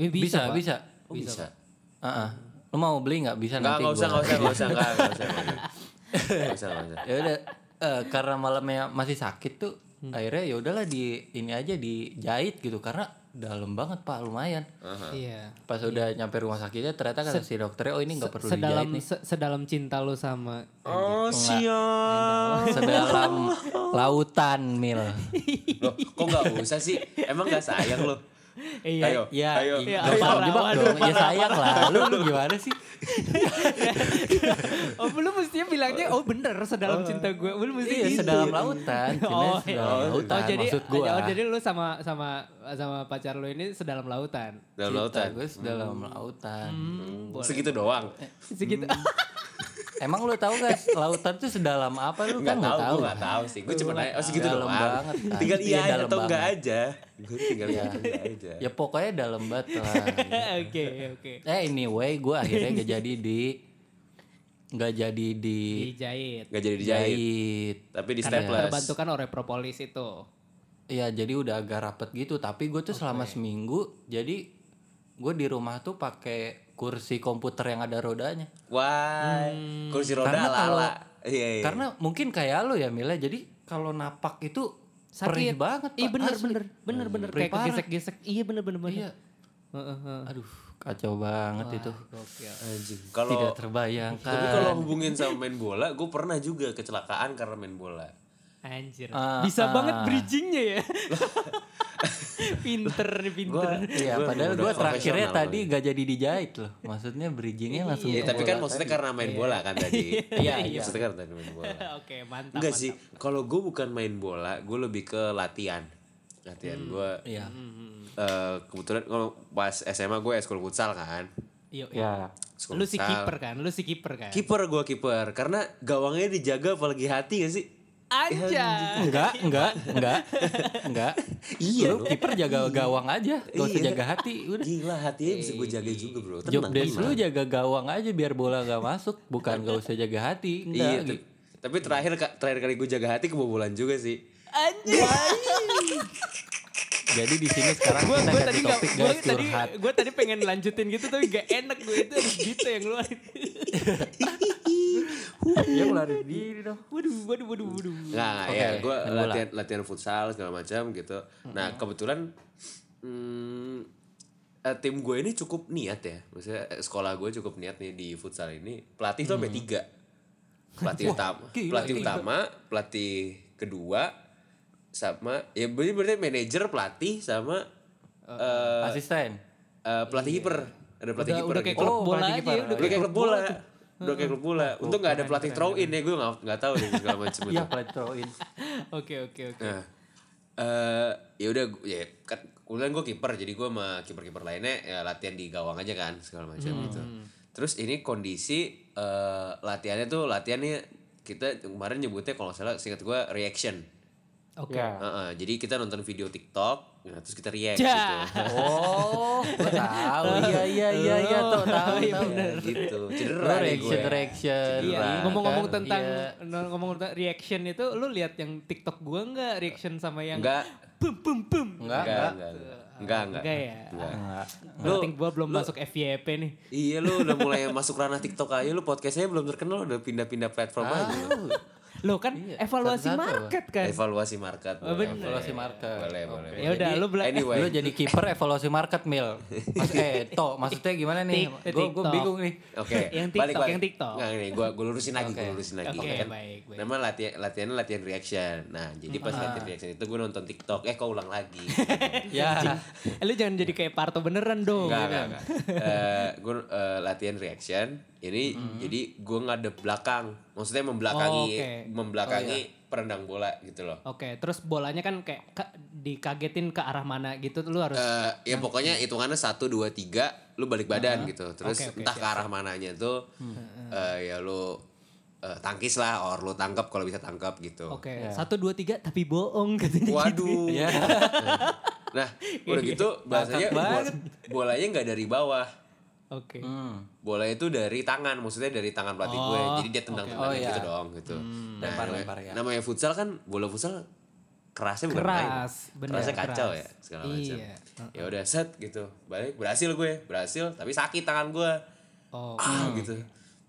Speaker 3: Eh,
Speaker 2: bisa
Speaker 3: Pak.
Speaker 2: bisa,
Speaker 1: Oh, bisa.
Speaker 2: Ah, ah. lu mau beli nggak bisa
Speaker 1: Enggak,
Speaker 2: nanti
Speaker 1: enggak usah, enggak
Speaker 2: gua-
Speaker 1: usah, enggak usah, enggak enggak usah. Enggak usah, enggak usah.
Speaker 2: ya udah eh, karena malamnya masih sakit tuh
Speaker 3: Hmm.
Speaker 2: akhirnya ya udahlah di ini aja dijahit gitu karena dalam banget pak lumayan
Speaker 3: Iya.
Speaker 2: pas udah nyampe rumah sakitnya ternyata kata si dokternya oh ini nggak perlu
Speaker 3: Sedalam
Speaker 2: dijahit nih
Speaker 3: se- sedalam cinta lo sama
Speaker 1: Oh, siap.
Speaker 2: Oh, sedalam lautan mil
Speaker 1: Loh, kok enggak usah sih? Emang enggak sayang lo?
Speaker 3: Iya.
Speaker 1: Ayo,
Speaker 2: ya
Speaker 1: ayo.
Speaker 2: iya,
Speaker 3: Ayo,
Speaker 2: parah,
Speaker 3: parah,
Speaker 2: jebak
Speaker 3: waduh,
Speaker 2: dong ya sayang lah lu lu gimana sih
Speaker 3: Oh, belum mestinya bilangnya oh bener sedalam cinta gue. Belum mesti
Speaker 2: iya sedalam lautan
Speaker 3: Oh,
Speaker 2: Cina sedalam
Speaker 3: iya.
Speaker 2: lautan
Speaker 3: oh, jadi
Speaker 2: maksud gua
Speaker 3: oh, jadi lu sama sama sama pacar lu ini sedalam lautan.
Speaker 2: Gitu.
Speaker 1: Dalam lautan. Hmm,
Speaker 3: Hmm.
Speaker 2: gue sedalam lautan
Speaker 1: Segitu doang.
Speaker 2: Eh, Hmm,
Speaker 3: Segitu.
Speaker 2: emang lu tahu gak lautan tuh sedalam apa lu
Speaker 1: Enggak tahu,
Speaker 2: kan nggak tahu kan
Speaker 1: gue enggak tahu sih. Gue cuma nanya, oh segitu
Speaker 2: Dalam
Speaker 1: doang.
Speaker 2: banget, kan.
Speaker 1: Tinggal
Speaker 2: Iya,
Speaker 1: iya
Speaker 2: dalam
Speaker 1: atau enggak aja. Gue tinggal iya enggak aja.
Speaker 2: ya pokoknya dalam banget lah
Speaker 3: Oke, oke.
Speaker 2: Eh anyway gue akhirnya gak jadi di gak jadi di
Speaker 3: Dijahit.
Speaker 1: Enggak
Speaker 2: Iya,
Speaker 1: jadi dijahit,
Speaker 2: jahit.
Speaker 1: tapi di staples.
Speaker 3: Terbantukan oleh propolis itu.
Speaker 2: Iya jadi udah agak rapet gitu tapi gue tuh selama seminggu jadi gue di rumah tuh pakai kursi komputer yang ada rodanya.
Speaker 1: Wah, kursi roda
Speaker 2: Hmm, Karena kalau-
Speaker 1: lala. Iya, iya.
Speaker 2: Karena mungkin kayak lo ya Mila jadi kalau napak itu perih
Speaker 3: Sakit
Speaker 2: banget.
Speaker 3: Iya
Speaker 2: Pak.
Speaker 3: bener
Speaker 2: Asli.
Speaker 3: bener bener bener
Speaker 2: Perih
Speaker 3: kayak
Speaker 2: parah.
Speaker 3: gesek-gesek. Iya bener bener bener.
Speaker 2: Iya.
Speaker 3: Heeh, heeh.
Speaker 2: Aduh kacau banget itu.
Speaker 3: Gokil.
Speaker 1: Anjing.
Speaker 2: Tidak
Speaker 1: Kalau
Speaker 2: terbayangkan.
Speaker 1: tapi kalau hubungin sama main bola, gue pernah juga kecelakaan karena main bola.
Speaker 3: Anjir.
Speaker 2: Ah,
Speaker 3: Bisa
Speaker 2: ah.
Speaker 3: banget bridgingnya ya. pinter nih pinter.
Speaker 1: Gua-
Speaker 2: Iya
Speaker 1: gua
Speaker 2: padahal
Speaker 1: udah
Speaker 2: gue terakhirnya
Speaker 1: profesional
Speaker 2: tadi gak jadi dijahit loh. Maksudnya bridgingnya langsung.
Speaker 1: Iya,
Speaker 2: ke
Speaker 1: tapi
Speaker 2: bola.
Speaker 1: kan maksudnya karena main bola kan tadi.
Speaker 2: Iya, iya.
Speaker 1: Maksudnya karena tadi main bola.
Speaker 3: Oke, mantap.
Speaker 1: Enggak sih, kalau gue bukan main bola, gue lebih ke latihan. Latihan gue.
Speaker 2: Iya.
Speaker 1: kebetulan kalau pas SMA gue eskul futsal kan.
Speaker 3: Yo, yo.
Speaker 2: Ya.
Speaker 1: Eskul
Speaker 3: Lu si
Speaker 1: futsal.
Speaker 3: kiper kan, lu si kiper kan.
Speaker 1: Kiper gue kiper karena gawangnya dijaga apalagi hati gak sih?
Speaker 3: Anjay.
Speaker 2: Enggak, enggak, enggak, enggak.
Speaker 1: Iya
Speaker 2: Lu kiper jaga gawang aja, gak usah
Speaker 1: Iya.
Speaker 2: jaga hati. Udah. Iya.
Speaker 1: Gila hatinya bisa gue jaga juga bro.
Speaker 2: Job
Speaker 1: Tenang.
Speaker 2: desk lu jaga gawang aja biar bola gak masuk, bukan gak usah jaga hati. gitu.
Speaker 1: Iya.
Speaker 2: Enggak.
Speaker 1: tuh. Tapi terakhir ka- terakhir kali gue jaga hati kebobolan juga sih.
Speaker 3: Anjay.
Speaker 2: Jadi di sini sekarang
Speaker 3: Gue
Speaker 2: kita
Speaker 3: gue
Speaker 2: ganti
Speaker 3: tadi
Speaker 2: topik
Speaker 3: nggak-
Speaker 2: guys
Speaker 3: gua tadi
Speaker 2: curhat.
Speaker 3: gua tadi pengen lanjutin gitu tapi gak enak gue itu harus gitu yang keluar.
Speaker 2: Ya keluarin diri dong.
Speaker 3: waduh, waduh, waduh, waduh.
Speaker 1: Nah,
Speaker 2: Oke,
Speaker 1: ya gue
Speaker 2: main bola.
Speaker 1: latihan latihan futsal segala macam gitu. Nah, kebetulan mm, eh, tim gue ini cukup niat ya. Maksudnya eh, sekolah gue cukup niat nih di futsal ini. Pelatih tuh sampai tiga. Pelatih utama,
Speaker 2: gila,
Speaker 1: pelatih
Speaker 2: tiga.
Speaker 1: utama, pelatih kedua, sama ya berarti berarti manajer pelatih sama eh,
Speaker 2: Asisten.
Speaker 1: eh, pelatih kiper. Ada pelatih
Speaker 3: Udah,
Speaker 1: kiper.
Speaker 3: udah kayak
Speaker 1: gitu.
Speaker 3: klub
Speaker 2: Oh,
Speaker 3: bola
Speaker 2: pelatih
Speaker 3: aja,
Speaker 2: kiper.
Speaker 3: udah
Speaker 1: Udah kayak klub bola. Udah kayak klub bola. Untung gak ada pelatih throw in ya, gue gak, nggak tahu deh segala macam itu.
Speaker 2: Iya, pelacoin.
Speaker 3: Oke, oke, oke.
Speaker 1: Nah, eh ya udah gu- ya kan kebetulan gue kiper jadi gue sama kiper-kiper lainnya ya latihan di gawang aja kan segala macam gitu. Terus ini kondisi eh latihannya tuh latihannya kita kemarin nyebutnya kalau nggak salah singkat gue reaction.
Speaker 3: Oke.
Speaker 2: Ya.
Speaker 1: Heeh, jadi kita nonton video TikTok, nah, terus kita
Speaker 3: Ya.
Speaker 1: react
Speaker 3: Ja.
Speaker 1: gitu.
Speaker 2: Oh, gua tahu. Iya, iya, iya, iya, tuh tahu, tahu.
Speaker 1: Ya, gitu.
Speaker 2: Lo
Speaker 1: Cedera ya. deh
Speaker 2: reaction,
Speaker 1: gue.
Speaker 2: reaction.
Speaker 1: Beneran,
Speaker 3: Iya, ngomong-ngomong
Speaker 2: kan?
Speaker 3: tentang
Speaker 2: Iya.
Speaker 3: ngomong tentang reaction itu lu lihat yang TikTok gua nggak reaction sama yang
Speaker 1: Enggak,
Speaker 3: pum pum pum.
Speaker 2: Enggak,
Speaker 1: enggak,
Speaker 2: enggak.
Speaker 1: enggak, enggak, enggak,
Speaker 3: Enggak ya?
Speaker 1: enggak.
Speaker 2: Enggak.
Speaker 1: Lu-
Speaker 3: Berarti gua belum masuk FYP nih.
Speaker 2: Ah,
Speaker 1: Iya lu udah mulai masuk ranah TikTok aja lu podcastnya belum terkenal udah pindah-pindah platform aja.
Speaker 3: Loh kan
Speaker 2: Iya,
Speaker 3: evaluasi
Speaker 2: satu-satu,
Speaker 3: market kan.
Speaker 1: Evaluasi market.
Speaker 3: Oh,
Speaker 1: boleh,
Speaker 3: bener.
Speaker 1: boleh.
Speaker 2: Evaluasi market.
Speaker 1: Boleh,
Speaker 2: Oke.
Speaker 1: boleh.
Speaker 3: Ya udah
Speaker 2: Jadi-
Speaker 3: lu bilang
Speaker 1: anyway.
Speaker 2: Lu jadi kiper evaluasi market mil. Mas eh to maksudnya gimana nih?
Speaker 3: Tik-
Speaker 2: Gue gue
Speaker 3: TikTok.
Speaker 2: bingung nih.
Speaker 1: Oke,
Speaker 3: Yang
Speaker 1: balik
Speaker 3: TikTok,
Speaker 1: lagi.
Speaker 3: yang TikTok.
Speaker 1: Nggak, nih, gua gua lurusin lagi, gua
Speaker 2: Oke.
Speaker 1: lurusin lagi.
Speaker 3: Oke,
Speaker 1: ya kan?
Speaker 3: baik, baik. Ah.
Speaker 1: Nama latihan latihannya latihan reaction. Nah, jadi pas latihan reaction itu gua nonton TikTok. Eh, kok ulang lagi?
Speaker 2: Ya.
Speaker 3: Eh, lu jangan jadi kayak Parto beneran dong.
Speaker 1: Enggak, enggak, enggak. gue latihan reaction. Ini jadi gua ngadep belakang. Maksudnya membelakangi
Speaker 3: Hmm. Oh, iya. oke.
Speaker 1: membelakangi perendang bola gitu loh.
Speaker 3: Oke, terus bolanya kan kayak ka- dikagetin ke arah mana gitu lu harus
Speaker 1: Eh, ya pokoknya hitungannya satu dua tiga lu balik badan gitu terus
Speaker 3: Oke, Hmm. oke,
Speaker 1: entah ke arah mananya tuh eh, ya lu eh, tangkis lah or lu tangkap kalau bisa tangkap gitu
Speaker 3: Oke, satu dua tiga tapi bohong katanya.
Speaker 1: waduh
Speaker 2: Ya.
Speaker 1: nah
Speaker 3: Iya,
Speaker 1: udah gitu bahasanya
Speaker 2: Ngakak
Speaker 1: bol-
Speaker 2: banget.
Speaker 1: bolanya nggak dari bawah
Speaker 3: Oke.
Speaker 2: Hmm.
Speaker 1: bola itu dari tangan maksudnya dari tangan pelatih gue
Speaker 3: Oh, Hmm. Iya.
Speaker 1: jadi dia tendang tendang
Speaker 2: Oh, iya.
Speaker 1: gitu dong gitu nah,
Speaker 2: Lempar,
Speaker 1: namanya-
Speaker 2: lempar, ya.
Speaker 1: namanya futsal kan bola futsal kerasnya bukan
Speaker 3: Keras,
Speaker 1: main
Speaker 3: bener,
Speaker 1: kerasnya kacau
Speaker 3: keras.
Speaker 1: ya segala macam
Speaker 3: Iya.
Speaker 1: ya udah set gitu balik berhasil gue berhasil tapi sakit tangan gue
Speaker 3: Oh.
Speaker 1: ah gitu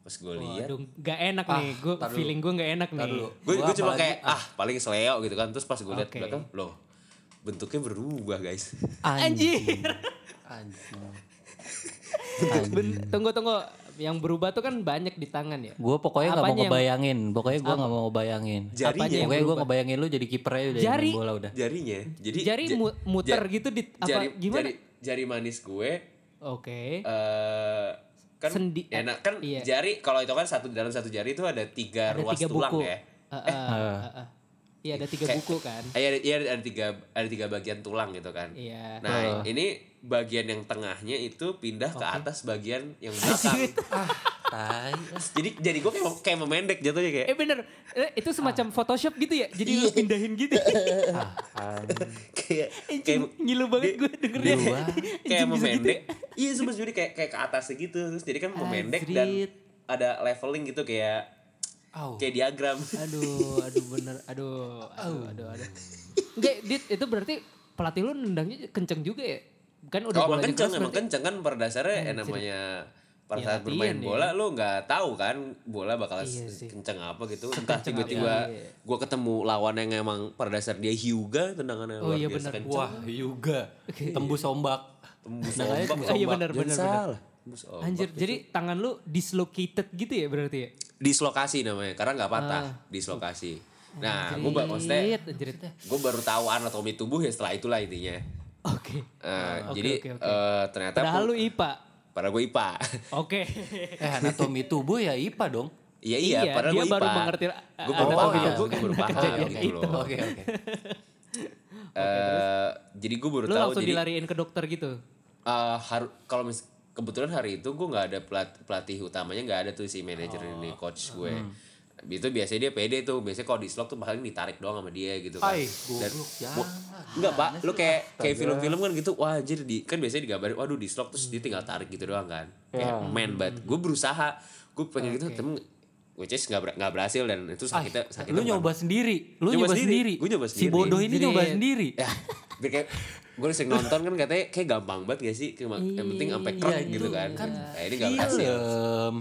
Speaker 1: pas gue lihat
Speaker 3: Waduh, gak enak nih.
Speaker 1: Ah,
Speaker 3: Gue
Speaker 2: tar dulu.
Speaker 3: feeling gue gak enak
Speaker 2: Ntar
Speaker 3: nih.
Speaker 2: dulu.
Speaker 1: gue
Speaker 2: Gua
Speaker 1: gue cuma
Speaker 2: apalagi-
Speaker 1: kayak ah paling seleo gitu kan terus pas gue lihat
Speaker 3: Oke.
Speaker 1: belakang loh bentuknya berubah guys
Speaker 3: Anjir.
Speaker 2: Anjing.
Speaker 3: Ben- tunggu tunggu. Yang berubah tuh kan banyak di tangan ya.
Speaker 2: Gue pokoknya nggak mau
Speaker 3: Apanya yang-
Speaker 2: ngebayangin. Pokoknya gue nggak mau ngebayangin.
Speaker 1: Jarinya.
Speaker 2: Apanya Pokoknya gue Iya, ngebayangin lu jadi kiper aja udah
Speaker 3: Jari.
Speaker 2: main bola udah.
Speaker 1: jarinya jadi
Speaker 3: Jari
Speaker 1: ja-
Speaker 3: mu- muter
Speaker 1: ja-
Speaker 3: gitu di apa
Speaker 1: jari,
Speaker 3: gimana?
Speaker 1: jari jari manis gue
Speaker 3: Oke.
Speaker 1: eh kan
Speaker 3: Sendi-
Speaker 1: ya, nah, kan
Speaker 3: iya.
Speaker 1: jari kalau itu kan satu dalam satu jari itu ada tiga
Speaker 3: ada
Speaker 1: ruas
Speaker 3: tiga
Speaker 1: tulang
Speaker 3: buku.
Speaker 1: ya.
Speaker 3: Eh, eh, eh, eh. Iya ada tiga
Speaker 1: Kayak-
Speaker 3: buku kan.
Speaker 1: Eh, Iya ada, iya, ada tiga ada tiga bagian tulang gitu kan.
Speaker 3: Iya.
Speaker 1: Nah, ini bagian yang tengahnya itu pindah ke atas bagian yang belakang.
Speaker 2: Tai.
Speaker 1: jadi jadi gue kayak kayak memendek jatuhnya kayak
Speaker 3: Eh bener, eh, itu semacam
Speaker 1: Ah.
Speaker 3: Photoshop gitu ya? Jadi
Speaker 1: Iya.
Speaker 3: lu pindahin gitu.
Speaker 1: kayak
Speaker 3: Anjing,
Speaker 1: kayak
Speaker 3: ngilu banget gue dengernya.
Speaker 2: Gua
Speaker 1: kayak
Speaker 3: Anjing, bisa gitu
Speaker 1: memendek. Iya sebenarnya jadi kayak kayak ke atas gitu. Terus jadi kan memendek dan
Speaker 3: Anjrit.
Speaker 1: ada leveling gitu kayak
Speaker 2: Au.
Speaker 1: kayak diagram.
Speaker 3: Aduh, aduh bener, aduh, aduh, aduh, aduh. Enggak, Dit, itu berarti pelatih lu nendangnya kenceng juga ya? Kan udah
Speaker 1: Kalau
Speaker 3: bola
Speaker 1: emang Oh,
Speaker 3: di
Speaker 1: kenceng,
Speaker 3: kelas
Speaker 1: emang
Speaker 3: berarti-
Speaker 1: kenceng kan pada dasarnya eh, namanya pada
Speaker 3: Ya,
Speaker 1: saat
Speaker 3: latihan
Speaker 1: bermain
Speaker 3: ya.
Speaker 1: bola lu nggak tahu kan bola bakal
Speaker 3: Iya
Speaker 1: se-
Speaker 3: sih.
Speaker 1: kenceng apa gitu. Entah
Speaker 3: Sekenceng
Speaker 1: tiba-tiba
Speaker 3: apa, iya.
Speaker 1: gua ketemu lawan yang emang pada dasar dia hiuga tendangannya
Speaker 3: Oh,
Speaker 1: luar
Speaker 3: iya,
Speaker 1: biasa
Speaker 3: bener.
Speaker 1: kenceng.
Speaker 2: Wah, Yuga. Tembus ombak.
Speaker 1: Tembus
Speaker 2: Nah,
Speaker 1: ombak.
Speaker 2: kayaknya tembus
Speaker 1: loh.
Speaker 3: Oh, iya
Speaker 2: ombak.
Speaker 3: bener,
Speaker 1: Jangan
Speaker 3: bener, bener.
Speaker 1: salah. Tembus ombak.
Speaker 3: Anjir, jadi tangan lu dislocated gitu ya berarti ya?
Speaker 1: dislokasi namanya karena nggak
Speaker 3: Ah,
Speaker 1: patah, dislokasi. Nah, gua ba- maksudnya
Speaker 3: Anjrit, anjrit.
Speaker 1: gue baru tahu anatomi tubuh ya setelah itulah intinya.
Speaker 3: Oke.
Speaker 1: Eh,
Speaker 3: Ah, oke,
Speaker 1: jadi
Speaker 3: oke, oke.
Speaker 1: eh, ternyata
Speaker 3: Padahal
Speaker 1: pun-
Speaker 3: lu IPA.
Speaker 1: padahal gue IPA.
Speaker 3: Oke.
Speaker 2: Eh anatomi tubuh ya IPA dong.
Speaker 1: Iya iya,
Speaker 3: Iya,
Speaker 1: padahal
Speaker 3: dia
Speaker 1: gue IPA.
Speaker 3: baru mengerti, kan, eh,
Speaker 1: gue baru
Speaker 2: anatomi
Speaker 1: paham,
Speaker 2: tubuh
Speaker 1: gue baru paham
Speaker 2: Oke,
Speaker 1: gitu
Speaker 2: oke.
Speaker 1: loh.
Speaker 2: Oke oke.
Speaker 1: Eh, jadi gue baru
Speaker 3: Lu
Speaker 1: tahu
Speaker 3: langsung
Speaker 1: jadi
Speaker 3: dilariin ke dokter gitu.
Speaker 1: eh, haru- kalau mis- kebetulan hari itu gue nggak ada pelat- pelatih utamanya nggak ada tuh si manajer ini coach gue. Itu biasanya dia pede tuh, biasanya kalau dislok tuh paling ditarik doang sama dia gitu kan.
Speaker 2: Ai, goblok,
Speaker 1: mu-
Speaker 2: jangan.
Speaker 1: Enggak, Pak. Lu kayak kayak film-film kan gitu. Wah, anjir di kan biasanya digambarin waduh dislok terus dia tinggal tarik gitu doang kan. Kayak men banget. Gue berusaha. Gue pengen gitu tapi gue cis nggak ber- nggak berhasil dan itu sakitnya sakitnya
Speaker 2: Lu
Speaker 1: bukan-
Speaker 2: nyoba sendiri. Lu
Speaker 1: Nyoba
Speaker 2: nyoba,
Speaker 1: sendiri.
Speaker 2: sendiri.
Speaker 1: Gua nyoba
Speaker 2: Si
Speaker 1: sendiri.
Speaker 2: bodoh ini nyoba
Speaker 3: Anjrit.
Speaker 2: sendiri.
Speaker 1: ya biar kayak gue sering nonton kan katanya kayak gampang banget gak sih Kayak mak- yang penting sampai
Speaker 3: Iya,
Speaker 1: krek gitu kan, nah ini gak berhasil
Speaker 2: Film.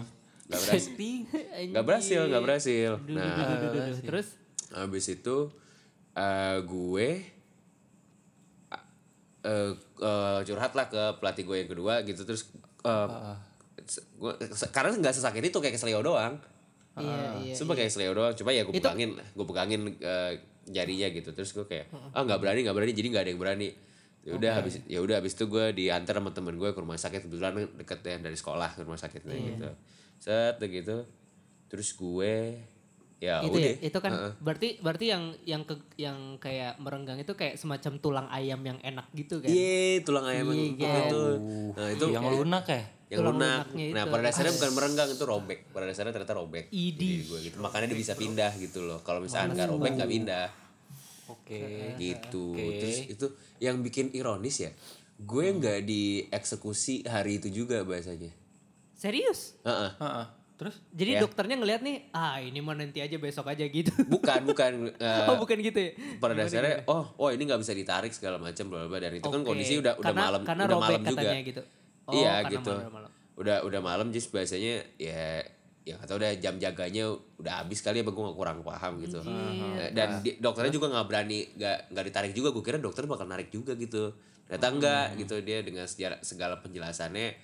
Speaker 1: Nggak berhasil. gak berhasil gak berhasil
Speaker 3: Duh, duh, duh,
Speaker 1: nah
Speaker 3: duh, duh, duh, duh. Terus
Speaker 1: habis itu eh, gue eh, eh, curhat lah ke pelatih gue yang kedua gitu terus eh,
Speaker 3: Ah,
Speaker 1: se- gue se- karena nggak sesakit itu kayak kesleo doang
Speaker 3: iya iya.
Speaker 1: Sumpah kayak seleo doang, cuma ya gue pegangin, gue pegangin eh, jarinya gitu. Terus gue kayak, ah nggak berani, nggak berani, jadi nggak ada yang berani. Ya
Speaker 3: Oh, iya.
Speaker 1: udah habis, ya udah habis itu gue diantar sama temen gue ke rumah sakit kebetulan deket ya dari sekolah ke rumah
Speaker 3: Iya.
Speaker 1: sakitnya gitu. Set udah gitu, terus gue ya
Speaker 3: itu
Speaker 1: udah.
Speaker 3: ya, itu kan berarti berarti yang yang ke, yang kayak merenggang itu kayak semacam tulang ayam yang enak gitu kan.
Speaker 1: Iya, tulang ayam yang
Speaker 3: Iya,
Speaker 1: empuk itu. Nah itu
Speaker 2: Yang lunak ya.
Speaker 1: yang
Speaker 3: tulang
Speaker 1: lunak.
Speaker 3: lunaknya
Speaker 1: Nah
Speaker 3: itu.
Speaker 1: pada dasarnya bukan merenggang itu robek. Pada dasarnya ternyata robek.
Speaker 3: Idi.
Speaker 1: Jadi gue gitu. Makanya dia bisa pindah gitu loh. Kalau misalnya nggak robek nggak pindah.
Speaker 2: Oke.
Speaker 1: gitu terus itu yang bikin ironis ya gue
Speaker 3: Hmm.
Speaker 1: nggak dieksekusi hari itu juga bahasanya
Speaker 3: Serius.
Speaker 1: Heeh.
Speaker 2: Heeh. Terus
Speaker 1: Iya.
Speaker 3: Jadi dokternya ngelihat nih, ah ini mah nanti aja besok aja gitu.
Speaker 1: bukan bukan eh,
Speaker 3: oh bukan gitu ya.
Speaker 1: pada dasarnya oh oh ini nggak bisa ditarik segala macam bla bla bla. dan itu kan
Speaker 3: Oke.
Speaker 1: kondisi udah udah
Speaker 3: Karena-
Speaker 1: malam
Speaker 3: karena
Speaker 1: udah
Speaker 3: robek
Speaker 1: malam juga
Speaker 3: katanya gitu. Oh,
Speaker 1: iya
Speaker 3: karena
Speaker 1: gitu
Speaker 3: malam-malam.
Speaker 1: udah udah malam jadi bahasanya ya ya nggak tahu udah jam jaganya udah habis kali ya gue nggak kurang paham gitu Eh,
Speaker 3: Iya.
Speaker 1: dan di- dokternya juga nggak berani nggak nggak ditarik juga gue kira dokter bakal narik juga gitu ternyata
Speaker 3: Hmm.
Speaker 1: enggak gitu dia dengan sejarah, segala penjelasannya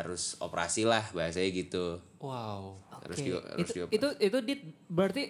Speaker 1: harus operasi lah bahasanya gitu
Speaker 2: Wow.
Speaker 1: harus
Speaker 3: Oke.
Speaker 1: di, harus
Speaker 3: itu,
Speaker 1: dioperasi.
Speaker 3: itu itu dit berarti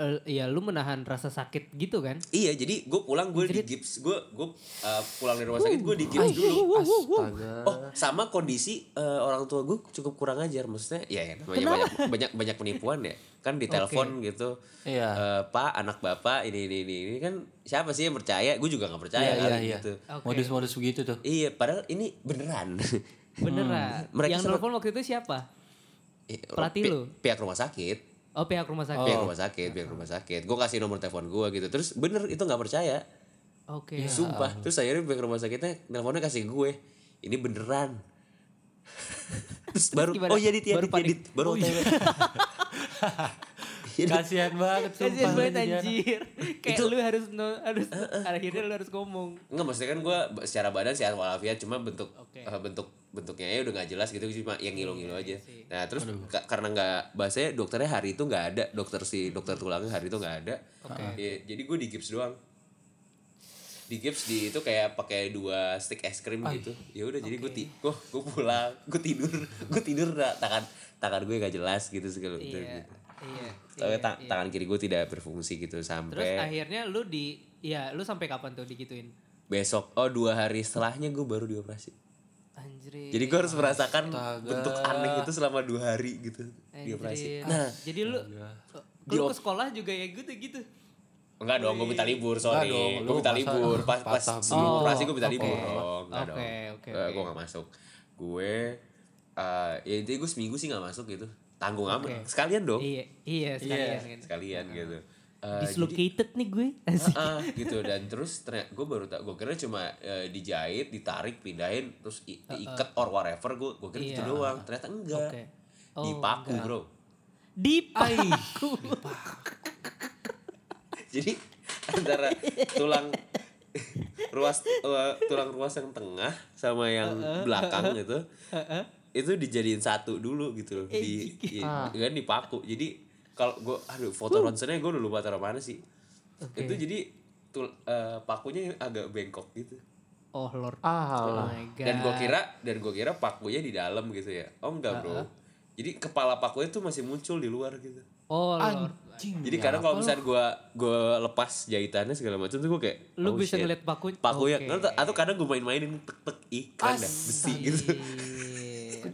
Speaker 3: eh, ya lu menahan rasa sakit gitu kan?
Speaker 1: iya jadi gue pulang gue di gips gue gue eh, pulang dari rumah
Speaker 3: Oh.
Speaker 1: sakit gue di gips dulu
Speaker 2: Astaga.
Speaker 1: Oh, sama kondisi eh, orang tua gue cukup kurang ajar maksudnya. Ya, ya namanya banyak, banyak banyak penipuan ya. Kan ditelepon gitu.
Speaker 3: Ya.
Speaker 2: Iya.
Speaker 1: "Eh, Pak, anak Bapak ini ini ini ini kan siapa sih yang percaya? Gue juga nggak percaya
Speaker 3: Ya,
Speaker 2: Iya,
Speaker 1: kali
Speaker 2: iya, iya.
Speaker 1: gitu.
Speaker 3: Oke.
Speaker 2: Modus-modus begitu tuh.
Speaker 1: Iya, padahal ini beneran.
Speaker 3: Beneran.
Speaker 1: Hmm. Mereka
Speaker 3: Yang
Speaker 1: sempat-
Speaker 3: telepon waktu itu siapa?
Speaker 1: Eh,
Speaker 3: Pelatih
Speaker 1: pi-
Speaker 3: lu?
Speaker 1: Pihak rumah sakit.
Speaker 3: Oh pihak rumah sakit.
Speaker 1: Pihak rumah sakit, pihak rumah sakit. Gue kasih nomor telepon gue gitu. Terus bener itu nggak percaya. Oh. Iya,
Speaker 3: Oke.
Speaker 1: Sumpah. Terus akhirnya pihak rumah sakitnya teleponnya kasih gue. Ini beneran. Terus baru
Speaker 3: gimana?
Speaker 1: oh iya dit ya
Speaker 3: Baru
Speaker 1: dit ya,
Speaker 3: panik. Oh iya.
Speaker 1: dit baru OTW.
Speaker 2: Kasihan banget sumpah.
Speaker 3: Kasian banget
Speaker 2: Diana.
Speaker 3: anjir. Kayak lu harus no- harus akhirnya lu harus ngomong.
Speaker 1: Enggak maksudnya kan gue secara badan sehat walafiat cuma bentuk
Speaker 3: Oke. Iya,
Speaker 1: eh, bentuk bentuknya ya udah nggak jelas gitu cuma yang ngilu-ngilu aja. Nah terus ka- karena nggak bahasanya dokternya hari itu nggak ada dokter si dokter tulangnya hari itu nggak ada. Ya, jadi gue di gips doang. Di gips di itu kayak pakai dua stick es krim gitu. Ya udah jadi gue ti gue gue pulang gue tidur gue tidur nah, tangan tangan gue nggak jelas gitu segala gitu.
Speaker 3: Iya. Iya.
Speaker 1: Tapi ta- tangan kiri gue tidak berfungsi gitu
Speaker 3: Terus
Speaker 1: sampai
Speaker 3: akhirnya lu di ya lu sampai kapan tuh digituin?
Speaker 1: besok oh dua hari setelahnya gue baru dioperasi.
Speaker 3: Anjir.
Speaker 1: Jadi gue harus merasakan bentuk aneh itu selama dua hari gitu di operasi.
Speaker 3: Anjir.
Speaker 1: Nah,
Speaker 3: Jadi lu lu ke sekolah juga ya gitu gitu.
Speaker 1: enggak dong, gue minta libur sorry.
Speaker 2: dong, lu
Speaker 1: Gue minta
Speaker 2: masa
Speaker 1: libur pas pas
Speaker 2: patah
Speaker 1: sebelum
Speaker 3: bulu.
Speaker 1: operasi gue minta
Speaker 3: Oke.
Speaker 1: libur dong, enggak dong.
Speaker 3: Oke, oke,
Speaker 1: Eh, Gue nggak masuk. Gue eh ya intinya gue seminggu sih nggak masuk gitu. Tanggung amat. Sekalian dong.
Speaker 3: Iya, iya sekalian kan.
Speaker 1: Sekalian gitu. Eh,
Speaker 3: Dislocated nih gue. Asik.
Speaker 1: Ah, gitu dan terus ternyata gue baru tak gue kira cuma eh, dijahit ditarik pindahin terus i- diikat or whatever gue gue kira gitu
Speaker 3: Iya.
Speaker 1: doang ternyata enggak
Speaker 3: Oke. Oh,
Speaker 1: dipaku bro Ah.
Speaker 3: Dipaku.
Speaker 1: jadi antara tulang ruas eh, tulang ruas yang tengah sama yang belakang gitu itu dijadiin satu dulu gitu loh di, di- kan dipaku jadi kalau gue aduh foto ronsennya gue udah lupa taruh mana sih itu jadi tul, eh, pakunya agak bengkok gitu
Speaker 3: Oh lord.
Speaker 2: Ah,
Speaker 3: Oh my god.
Speaker 1: dan gue kira dan gue kira pakunya di dalam gitu ya oh enggak bro jadi kepala pakunya tuh masih muncul di luar gitu
Speaker 3: Oh lord.
Speaker 2: anjing.
Speaker 1: jadi kadang kalau misalnya gue gue lepas jahitannya segala macam tuh gue kayak
Speaker 3: Lu
Speaker 1: oh,
Speaker 3: bisa
Speaker 1: shit.
Speaker 3: ngeliat paku.
Speaker 1: pakunya
Speaker 3: Oke.
Speaker 1: atau, atau kadang gue main-mainin tek tek ih keren dah besi gitu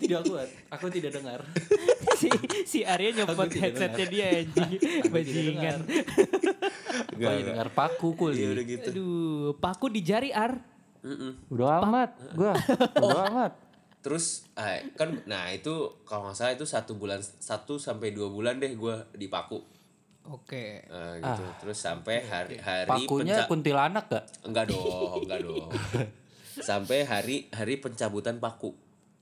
Speaker 3: Iya.
Speaker 2: Aku tidak kuat. Aku tidak dengar.
Speaker 3: si si Arya nyopot headsetnya dia anjing bajingan
Speaker 1: Enggak,
Speaker 2: Apalagi
Speaker 1: enggak.
Speaker 2: dengar paku
Speaker 1: Iya,
Speaker 2: kuli.
Speaker 1: udah gitu
Speaker 3: aduh paku di jari Ar
Speaker 1: Mm-mm.
Speaker 2: Udah amat gua. Udah amat.
Speaker 1: terus ah, kan nah itu kalau nggak salah itu satu bulan satu sampai dua bulan deh gue dipaku
Speaker 3: oke
Speaker 1: Eh, gitu
Speaker 3: Ah.
Speaker 1: terus sampai hari hari
Speaker 2: Pakunya
Speaker 1: penca-
Speaker 2: kuntilanak gak?
Speaker 1: Enggak dong, enggak dong. Sampai hari hari pencabutan paku.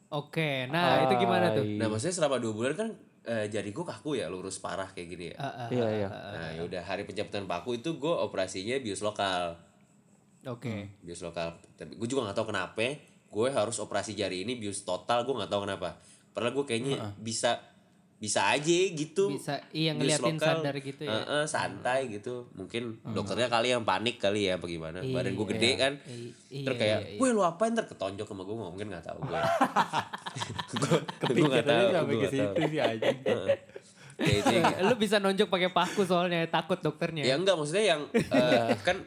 Speaker 3: oke nah itu gimana tuh
Speaker 1: Nah, maksudnya selama dua bulan kan eh, jari gue kaku ya, lurus parah kayak gini ya.
Speaker 3: Ah, ah,
Speaker 2: Iya, iya.
Speaker 1: Nah, yaudah hari pencabutan paku itu gue operasinya bius lokal.
Speaker 3: oke
Speaker 1: Bius lokal. Tapi gue juga nggak tahu kenapa gue harus operasi jari ini bius total, gue nggak tahu kenapa. Padahal gue kayaknya bisa bisa aja gitu.
Speaker 3: Bisa, iya,
Speaker 1: Bius
Speaker 3: ngeliatin
Speaker 1: lokal,
Speaker 3: sadar gitu ya.
Speaker 1: eh, eh, santai gitu. Mungkin dokternya kali yang panik kali ya apa gimana. Badan gue gede kan.
Speaker 3: I-
Speaker 1: Terus
Speaker 3: iya
Speaker 1: kayak, "Weh, lu apain ntar ketonjok sama gue?" Mungkin nggak tahu gue. gue gue nggak tahu,
Speaker 2: Pikirannya sampai
Speaker 1: gue
Speaker 2: ke
Speaker 1: nggak
Speaker 2: situ
Speaker 1: tahu.
Speaker 2: sih anjing.
Speaker 1: Ya, itu yang-
Speaker 3: iya, lu bisa nonjok pakai paku soalnya takut
Speaker 1: Ya
Speaker 3: dokternya
Speaker 1: enggak maksudnya yang eh, kan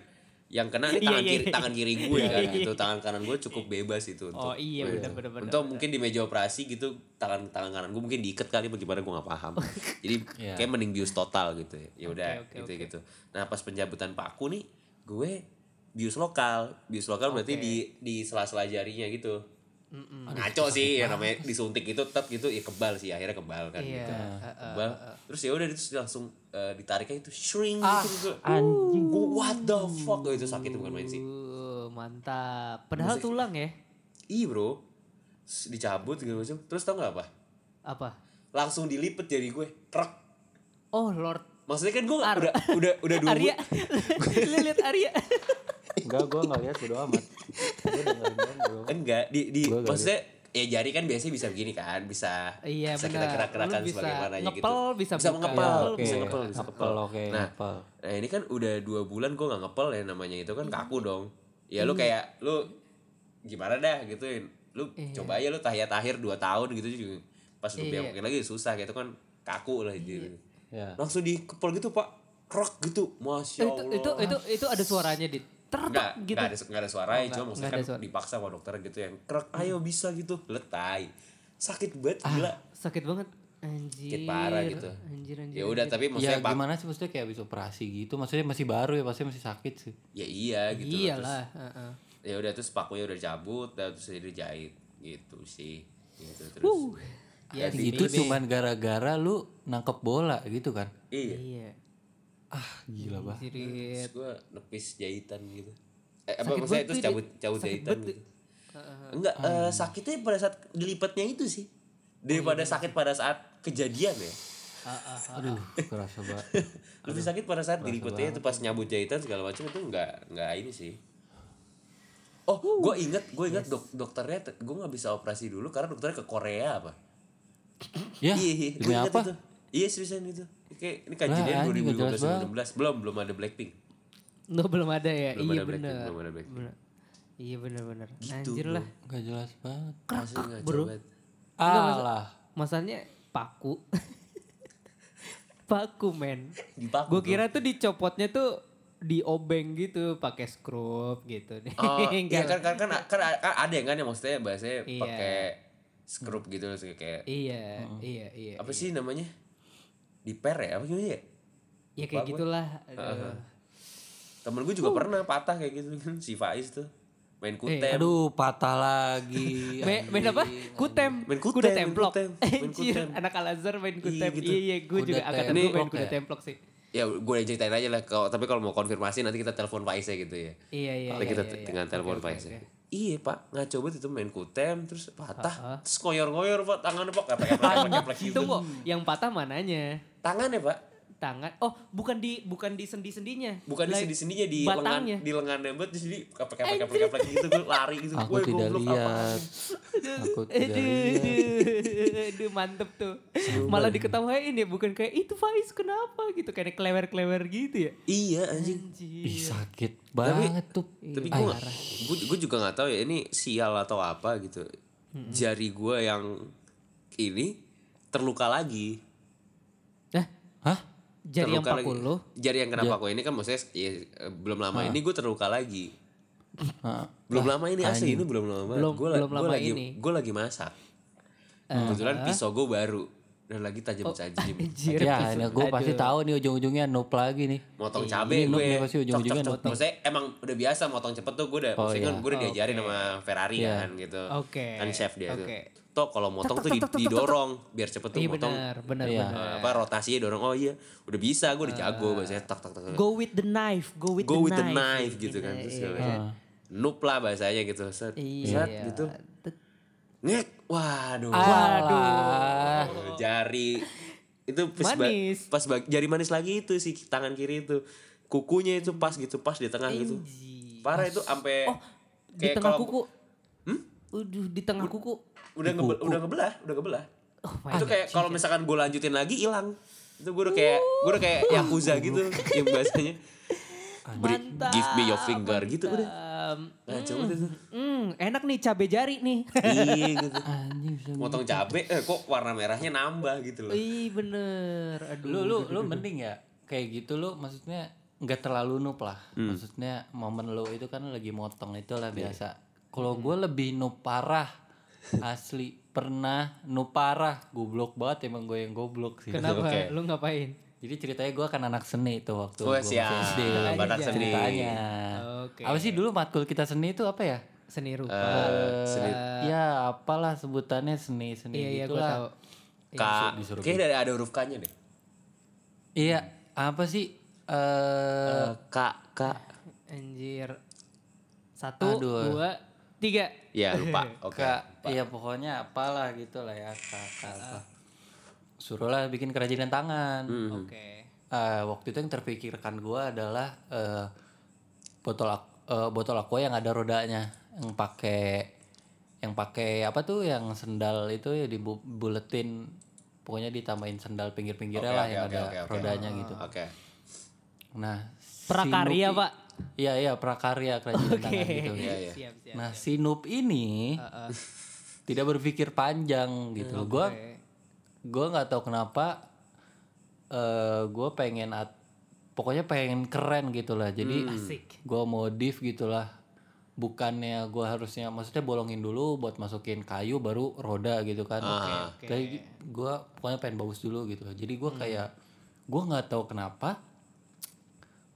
Speaker 1: yang kena nih
Speaker 3: Iya,
Speaker 1: tangan
Speaker 3: iya,
Speaker 1: kiri
Speaker 3: iya.
Speaker 1: tangan kiri gue kan itu tangan kanan gue cukup bebas itu untuk
Speaker 3: oh iya benar benar benar
Speaker 1: Untuk mungkin di meja operasi gitu tangan tangan kanan gue mungkin diikat kali bagaimana gue nggak paham. Jadi kayak mending bius total gitu ya. Ya udah
Speaker 3: Oh. Iya. oke,
Speaker 1: gitu gitu. Nah pas pencabutan paku nih gue bius lokal. Bius lokal berarti di di sela-sela jarinya gitu. Ngaco sih ya namanya disuntik gitu tetap gitu ya kebal sih akhirnya kebal kan
Speaker 3: Iya,
Speaker 1: gitu.
Speaker 3: eh,
Speaker 1: Kebal. Terus ya udah terus langsung eh, ditariknya itu shring
Speaker 3: Ah,
Speaker 1: gitu.
Speaker 2: anjing.
Speaker 1: Gue what the fuck Oh, itu sakit bukan main sih.
Speaker 3: Uh, mantap padahal tulang ya
Speaker 1: Ih bro, Terus dicabut segala macam. Terus tau gak apa?
Speaker 3: apa
Speaker 1: Langsung dilipet jari gue, truk.
Speaker 3: oh lord
Speaker 1: Maksudnya kan gue nggak- udah udah udah dua
Speaker 3: Arya
Speaker 1: bulan.
Speaker 3: lu lihat Arya
Speaker 2: Enggak, gua enggak lihat udah amat. Gua dengerin doang, gua.
Speaker 1: Enggak, Kan di di
Speaker 2: Gua nggak
Speaker 1: maksudnya ya jari kan biasanya bisa begini kan, bisa
Speaker 3: Iya,
Speaker 1: bisa kan
Speaker 3: benar.
Speaker 1: kita gerak-gerakan
Speaker 3: Lu bisa
Speaker 1: sebagaimana
Speaker 3: ngepel,
Speaker 1: gitu.
Speaker 3: bisa
Speaker 1: bisa
Speaker 3: buka.
Speaker 1: ngepel,
Speaker 3: Ya,
Speaker 1: bisa
Speaker 2: Iya, oke.
Speaker 1: ngepel, bisa
Speaker 2: Ngepel,
Speaker 1: ngepel.
Speaker 2: oke,
Speaker 1: nah,
Speaker 2: ngepel.
Speaker 1: nah ini kan udah dua bulan gue nggak ngepel ya namanya itu kan
Speaker 3: Iya.
Speaker 1: kaku dong. Ya lu kayak lu gimana dah gituin, lu coba aja lu tahiyat akhir dua tahun gitu juga. Pas lu
Speaker 3: Iya.
Speaker 1: belokin lagi susah gitu kan kaku lah jadi.
Speaker 2: Ya.
Speaker 1: Langsung dikepel gitu pak, krok gitu, masya
Speaker 3: itu,
Speaker 1: Allah.
Speaker 3: Oh, itu itu itu ada suaranya di tertak
Speaker 1: Nggak,
Speaker 3: gitu.
Speaker 1: nggak ada, nggak ada suaranya,
Speaker 3: Oh,
Speaker 1: cuma
Speaker 3: nggak-
Speaker 1: maksudnya
Speaker 3: nggak
Speaker 1: kan
Speaker 3: ada suara. Ah.
Speaker 1: dipaksa sama dokter gitu yang krek, ayo bisa gitu, letai. Sakit banget, gila.
Speaker 3: Sakit banget. Ah, Anjir.
Speaker 1: Sakit parah gitu.
Speaker 3: Anjir anjir.
Speaker 1: Ya udah,
Speaker 3: anjir.
Speaker 1: tapi
Speaker 2: Ya
Speaker 1: maksudnya pak,
Speaker 2: gimana sih maksudnya kayak habis operasi gitu Maksudnya masih baru ya pasti masih sakit sih
Speaker 1: ya iya gitu. loh. Terus,
Speaker 3: Iyalah, heeh.
Speaker 1: ya udah terus pakunya udah cabut, dan terus jadi jahit gitu sih. Gitu terus.
Speaker 3: Wuh.
Speaker 1: Ya,
Speaker 3: Iya,
Speaker 2: Itu gitu cuman gara-gara lu nangkep bola gitu kan
Speaker 1: Iya.
Speaker 3: Iya.
Speaker 2: Ah gila bah
Speaker 3: Anjir.
Speaker 1: Terus gue nepis jahitan gitu. Eh, apa maksudnya terus cabut cabut jahitan gitu. Enggak, eh, sakitnya pada saat dilipatnya itu sih. Daripada sakit pada saat kejadian ya.
Speaker 2: Aduh kerasa banget
Speaker 1: lebih sakit pada saat diliputnya itu pas nyabut jahitan segala macam itu nggak nggak ini sih oh gue inget gue inget dok dokternya gue nggak bisa operasi dulu karena dokternya ke Korea apa
Speaker 2: Ya
Speaker 1: iya
Speaker 2: demi
Speaker 1: gua ingat
Speaker 2: apa
Speaker 1: itu. iya seriusan itu kayak ini
Speaker 2: Lah,
Speaker 1: kajiannya
Speaker 2: anjing, nggak jelas
Speaker 1: 2015 2016 belum belum ada Blackpink
Speaker 3: Lo belum ada ya?
Speaker 1: Belum
Speaker 3: iya
Speaker 1: ada Gitu, Blackpink,
Speaker 3: bener.
Speaker 1: belum ada Blackpink.
Speaker 3: Bener. Iya bener-bener. Anjir lah.
Speaker 2: Gak jelas banget
Speaker 1: Langsung ngaco banget.
Speaker 2: Alah
Speaker 3: Masalahnya paku. paku men.
Speaker 1: Dipaku,
Speaker 3: Gue kira tuh dicopotnya tuh diobeng gitu pakai skrup gitu nih.
Speaker 1: Oh, iya
Speaker 3: Enggak.
Speaker 1: kan kan kan, kan, kan ada yang kan yang maksudnya bahasanya
Speaker 3: Iya.
Speaker 1: pakai scrub gitu loh kayak
Speaker 3: Iya,
Speaker 1: Hmm.
Speaker 3: iya, iya.
Speaker 1: apa sih namanya di per ya apa gimana ya
Speaker 3: Ya kayak gitulah. Aduh.
Speaker 1: temen gue juga pernah patah kayak gitu kan si Faiz tuh main kutem
Speaker 2: Aduh patah lagi
Speaker 3: Me- main apa? Kutem.
Speaker 1: Main kutem,
Speaker 3: kuda
Speaker 1: main
Speaker 3: templok.
Speaker 1: kutem, main
Speaker 3: Anjir,
Speaker 1: kutem.
Speaker 3: anak Al-Azhar main kutem. Iya,
Speaker 1: gitu.
Speaker 3: iya, gue
Speaker 2: Kuda
Speaker 3: juga angkatan gue main
Speaker 2: templok
Speaker 3: kuda
Speaker 2: ya?
Speaker 3: templok sih.
Speaker 1: ya gue yang ceritain aja lah kalau tapi kalau mau konfirmasi nanti kita telepon Faiz ya gitu ya
Speaker 3: Iya, iya.
Speaker 1: nanti
Speaker 3: iya,
Speaker 1: kita
Speaker 3: iya, iya.
Speaker 1: dengan
Speaker 3: Oke,
Speaker 1: telepon
Speaker 3: oke,
Speaker 1: Faiz
Speaker 3: oke.
Speaker 1: ya. iya pak ngaco banget itu main kutem terus patah terus ngoyor-ngoyor pak tangannya pak kayak kayak gitu
Speaker 3: Tunggu, yang patah mananya?
Speaker 1: tangannya pak
Speaker 3: Tangan. Oh, bukan di bukan di sendi-sendinya.
Speaker 1: bukan di
Speaker 3: Like,
Speaker 1: sendi-sendinya di lengan
Speaker 3: batangnya.
Speaker 1: di lengannya banget terus jadi kayak kayak kayak kayak kayak gitu gue lari gitu
Speaker 2: Aku
Speaker 1: Woi,
Speaker 2: tidak
Speaker 1: goblok, apaan?
Speaker 2: lihat Aku tidak
Speaker 1: Iya,
Speaker 3: Aduh,
Speaker 2: lihat
Speaker 3: aduh, aduh, mantep tuh. Malah diketawain ya, bukan kayak itu Faiz kenapa gitu, kayak klewer-klewer gitu ya.
Speaker 1: iya anjing
Speaker 3: Anjir.
Speaker 2: Ih sakit banget tuh
Speaker 3: Iya.
Speaker 1: tapi gue gue juga nggak tahu ya ini sial atau apa gitu jari gue yang ini terluka lagi
Speaker 3: Nah,
Speaker 2: Hah?
Speaker 3: jadi yang
Speaker 1: terluka
Speaker 3: paku
Speaker 1: lagi.
Speaker 3: lo.
Speaker 1: jari yang kena paku ini kan maksudnya ya, eh, belum lama ini gue terluka lagi
Speaker 2: Hah?
Speaker 1: belum lama ini asli ini belum lama banget
Speaker 3: Belum-
Speaker 1: gue
Speaker 3: belum lama
Speaker 1: lagi
Speaker 3: ini. Eh,
Speaker 1: gue lagi masak kebetulan pisau gue baru dan lagi
Speaker 3: Oh,
Speaker 1: tajam-tajam
Speaker 3: Anjir.
Speaker 2: Ya, ini gue pasti tahu nih ujung-ujungnya noob lagi nih.
Speaker 3: eh,
Speaker 1: motong cabe
Speaker 3: ya
Speaker 2: Ini
Speaker 1: gue
Speaker 2: noob nih pasti ujung-ujungnya
Speaker 1: cok, cok, cok. Maksudnya emang udah biasa motong cepet tuh gue udah
Speaker 3: Oh,
Speaker 1: maksudnya
Speaker 3: iya.
Speaker 1: kan gue udah diajarin sama Ferrari kan gitu
Speaker 3: Oke.
Speaker 1: kan chef dia
Speaker 3: Oke.
Speaker 1: tuh tuh kalau motong tuh di- didorong biar cepet tuh
Speaker 3: Iya
Speaker 1: motong
Speaker 3: benar, benar,
Speaker 2: Iya.
Speaker 3: benar.
Speaker 1: eh, apa rotasinya dorong oh iya udah bisa gue udah jago bahasanya tak tak tak tak.
Speaker 3: Go with the knife, Eh, go with
Speaker 1: go
Speaker 3: the
Speaker 1: with the
Speaker 3: knife.
Speaker 1: knife gitu kan terus
Speaker 3: Iya.
Speaker 1: kayak noob lah bahasanya gitu set
Speaker 3: Iya.
Speaker 1: set gitu ngek waduh
Speaker 2: Waduh.
Speaker 1: jari itu pas ba-
Speaker 3: Manis.
Speaker 1: pas ba- jari manis lagi itu si tangan kiri itu kukunya itu pas gitu pas di tengah gitu parah itu sampai
Speaker 3: Oh, di
Speaker 1: kayak
Speaker 3: tengah
Speaker 1: kalau- Hmm?
Speaker 3: kuku. Udah di tengah kuku.
Speaker 1: udah ngebe- udah ngebelah udah ngebelah
Speaker 3: Oh my
Speaker 1: itu
Speaker 3: God.
Speaker 1: kayak kalau misalkan gue lanjutin lagi hilang itu gue udah kayak gue udah kayak
Speaker 3: Uh.
Speaker 1: yakuza gitu yang bahasanya Beri-
Speaker 3: Mantap,
Speaker 1: give me your finger gitu udah Nah,
Speaker 3: Um,
Speaker 1: ngaco banget itu
Speaker 3: Hmm, enak nih cabe jari nih.
Speaker 1: iya gitu
Speaker 2: Anjing bisa.
Speaker 1: motong cabe eh kok warna merahnya nambah gitu loh
Speaker 3: Ih bener. Aduh.
Speaker 2: Lu lu lu mending ya kayak gitu lu maksudnya nggak terlalu noob lah. Maksudnya momen lu itu kan lagi motong itulah biasa.
Speaker 3: Hmm.
Speaker 2: Kalau gue lebih noob parah. Asli pernah noob parah. Goblok banget emang gue yang goblok sih.
Speaker 3: Kenapa? Lu ngapain?
Speaker 2: Jadi ceritanya gue kan anak seni tuh waktu
Speaker 1: gue
Speaker 2: gua masih
Speaker 1: siap
Speaker 2: SD.
Speaker 1: badak seni
Speaker 2: Ceritanya.
Speaker 3: Oke.
Speaker 2: Apa sih dulu matkul kita seni itu apa ya?
Speaker 3: Seni rupa.
Speaker 1: Eh, seni
Speaker 2: ya apalah sebutannya seni seni
Speaker 3: iya iya gue
Speaker 2: gitulah.
Speaker 3: tahu.
Speaker 1: K kayaknya dari ada huruf K nya deh
Speaker 2: Iya apa sih? eh
Speaker 1: K K
Speaker 3: Anjir. Satu,
Speaker 2: Aduh.
Speaker 3: dua, tiga.
Speaker 1: ya lupa oke
Speaker 2: kak, iya pokoknya apalah gitu lah ya kak, kak apa. Suruhlah bikin kerajinan tangan.
Speaker 1: Hmm.
Speaker 3: Oke.
Speaker 2: Eh, waktu itu yang terpikirkan gua adalah eh, botol ak- eh, botol aqua yang ada rodanya yang pakai yang pakai apa tuh yang sendal itu ya dibuletin pokoknya ditambahin sendal pinggir-pinggirnya
Speaker 1: Oke,
Speaker 2: lah
Speaker 1: oke,
Speaker 2: yang
Speaker 1: oke,
Speaker 2: ada
Speaker 1: oke, Ah. oke.
Speaker 2: rodanya gitu.
Speaker 1: Oke.
Speaker 2: Nah, si
Speaker 3: Prakarya,
Speaker 2: Nupi-
Speaker 3: Pak.
Speaker 2: Iya iya prakarya kerajinan tangan gitu.
Speaker 1: Iya, iya.
Speaker 3: Siap, siap.
Speaker 2: Nah, si Noob ini tidak berpikir panjang gitu. loh. Gua
Speaker 1: Hmm.
Speaker 2: gua nggak tahu kenapa eh gua pengen at- pokoknya pengen keren gitu lah. Jadi
Speaker 3: Hmm. Asik.
Speaker 2: gua modif gitulah. Bukannya gua harusnya maksudnya bolongin dulu buat masukin kayu baru roda gitu
Speaker 3: Ah.
Speaker 2: kan. Oke. Tapi gua pokoknya pengen bagus dulu gitu. Jadi
Speaker 3: Hmm.
Speaker 2: gua kayak gua nggak tahu kenapa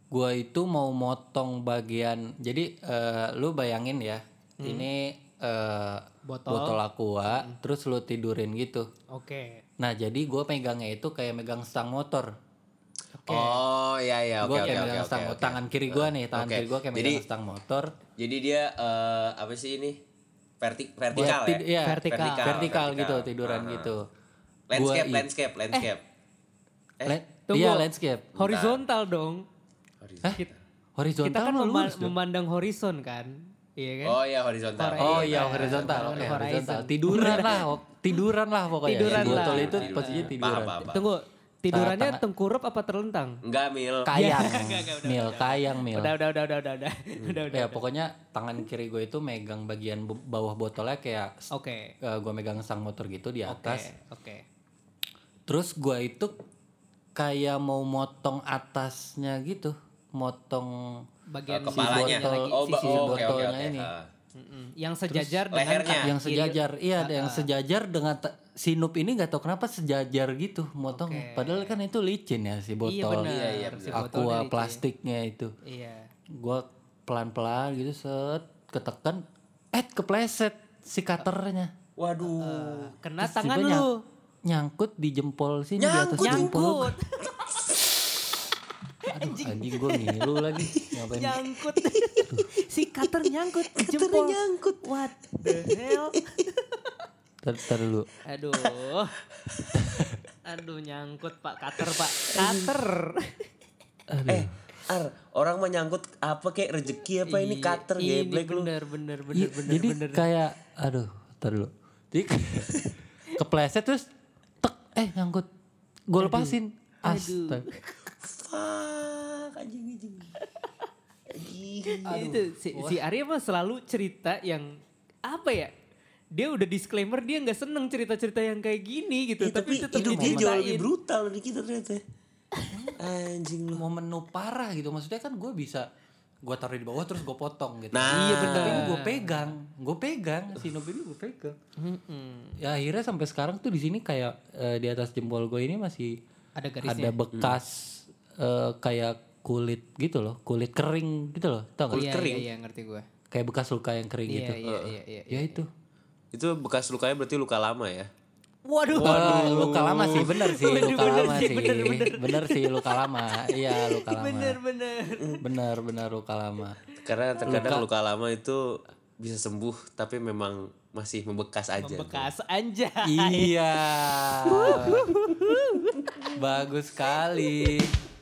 Speaker 2: gua itu mau motong bagian jadi eh, lu bayangin ya ini
Speaker 3: Hmm.
Speaker 2: eh,
Speaker 3: Botol. Hmm.
Speaker 2: aqua terus lu tidurin gitu
Speaker 3: Oke.
Speaker 2: nah jadi gua pegangnya itu kayak megang stang motor
Speaker 1: Oh, iya iya oke
Speaker 2: Gua
Speaker 1: oke
Speaker 2: kayak
Speaker 1: oke.
Speaker 2: megang
Speaker 1: oke,
Speaker 2: stang
Speaker 1: oke.
Speaker 2: motor tangan kiri gua nih tangan
Speaker 1: Oke.
Speaker 2: kiri gua kayak
Speaker 1: Jadi-
Speaker 2: megang stang motor
Speaker 1: Jadi dia eh, apa sih ini? Vertik vertikal
Speaker 2: Dia
Speaker 1: ya?
Speaker 2: tid- iya,
Speaker 3: Vertikal.
Speaker 2: vertikal, gitu tiduran
Speaker 1: Ah, ah.
Speaker 2: gitu
Speaker 1: Landscape,
Speaker 2: Gua i-
Speaker 1: landscape, landscape. Eh,
Speaker 2: Lan-
Speaker 3: tunggu.
Speaker 2: iya landscape
Speaker 3: Horizontal dong.
Speaker 1: horizontal.
Speaker 2: horizontal
Speaker 3: Kita kan
Speaker 2: lu
Speaker 3: mema-
Speaker 2: lurus dong.
Speaker 3: memandang horizon kan. Iya kan?
Speaker 1: Oh iya horizontal.
Speaker 2: Oh iya horizontal, oke horizontal. Tiduran lah, ok. tiduran lah pokoknya.
Speaker 3: Tiduran
Speaker 2: si botol
Speaker 3: lah.
Speaker 2: itu posisinya tiduran.
Speaker 1: Paham, paham, paham.
Speaker 3: Tunggu, tidurannya tengkurap apa terlentang?
Speaker 1: Enggak, Mil.
Speaker 2: Kayang, mil, kayang mil.
Speaker 3: Udah, udah, udah, udah, udah, udah. udah, udah.
Speaker 2: Ya pokoknya tangan kiri gue itu megang bagian bu- bawah botolnya kayak s-
Speaker 3: Oke.
Speaker 2: eh, gue megang sang motor gitu di
Speaker 3: Oke,
Speaker 2: atas.
Speaker 3: oke.
Speaker 2: Terus gue itu kayak mau motong atasnya gitu, motong
Speaker 1: Eh,
Speaker 3: Bagian si
Speaker 1: kepalanya.
Speaker 3: botol-
Speaker 2: lagi,
Speaker 1: oh,
Speaker 2: si
Speaker 1: ba-
Speaker 2: sisi
Speaker 1: oh, oke oke
Speaker 2: botolnya
Speaker 1: oke.
Speaker 2: ini.
Speaker 1: Ah.
Speaker 3: Mm-mm. yang sejajar dengan
Speaker 1: lehernya.
Speaker 3: kaki
Speaker 2: yang
Speaker 3: kiri.
Speaker 2: sejajar. Iya, ada yang sejajar dengan ta- si Noob ini nggak tahu kenapa sejajar gitu motong.
Speaker 3: Oke.
Speaker 2: Padahal kan itu licin ya si botol.
Speaker 3: benar. Iya, iya, si botolnya
Speaker 2: aqua
Speaker 3: licin.
Speaker 2: plastiknya itu.
Speaker 3: Iya.
Speaker 2: gua pelan-pelan gitu set ketekan eh kepleset si cutternya
Speaker 1: Waduh.
Speaker 2: Eh.
Speaker 3: Kena
Speaker 2: Terus
Speaker 3: tangan
Speaker 2: tiba
Speaker 3: lu.
Speaker 2: nyang- nyangkut di jempol sini di atas
Speaker 1: Nyangkut,
Speaker 2: jempol gua.
Speaker 3: Nyangkut.
Speaker 2: aduh anjing gua ngilu lagi ngapain
Speaker 3: nyangkut. si cutter nyangkut di jempol. nyangkut. What the hell?
Speaker 2: tar, tar dulu
Speaker 3: Aduh. Aduh nyangkut Pak cutter, Pak. Cutter.
Speaker 1: Eh, Ar, orang menyangkut apa kayak rezeki apa ini cutter
Speaker 3: Ini
Speaker 1: geblek lu.
Speaker 3: Bener, bener,
Speaker 2: Iya,
Speaker 3: bener, bener.
Speaker 2: jadi kayak aduh tar dulu jadi ke- kepleset terus tek eh nyangkut gua lepasin astaga
Speaker 1: Fuck, anjing anjing. Anjing.
Speaker 3: itu si, si Arya mah selalu cerita yang apa ya? Dia udah disclaimer dia nggak seneng cerita-cerita yang kayak gini gitu.
Speaker 1: Ih, tapi
Speaker 3: tapi, tetep
Speaker 1: hidup dia jauh lebih
Speaker 3: diceritain.
Speaker 1: brutal dari kita ternyata. Anjing lu.
Speaker 2: mau menu parah gitu maksudnya kan gue bisa gue taruh di bawah terus gue potong gitu
Speaker 1: Nah.
Speaker 2: iya benar ini gue pegang gue pegang si Nob ini gue pegang
Speaker 3: Hmm,
Speaker 2: ya akhirnya sampai sekarang tuh di sini kayak eh, di atas jempol gue ini masih
Speaker 3: Ada ya?
Speaker 2: ada bekas eh, kayak kulit gitu loh kulit kering gitu loh tau gak?
Speaker 3: Iya, Iya, iya, ngerti gue.
Speaker 2: kayak bekas luka yang kering gitu
Speaker 3: Iya, iya, iya.
Speaker 2: ya itu
Speaker 1: Itu bekas lukanya berarti luka lama ya.
Speaker 3: Waduh.
Speaker 2: Wah, Eh, luka lama sih bener sih
Speaker 3: Waduh,
Speaker 2: luka
Speaker 3: bener
Speaker 2: lama
Speaker 3: sih,
Speaker 2: sih
Speaker 3: bener, bener.
Speaker 2: bener sih luka lama iya luka lama
Speaker 3: Bener, bener.
Speaker 2: Iya, bener bener luka lama
Speaker 1: Karena terkadang luka, lama itu bisa sembuh tapi memang masih membekas aja.
Speaker 3: Bekas anjay.
Speaker 2: Iya. Bagus sekali.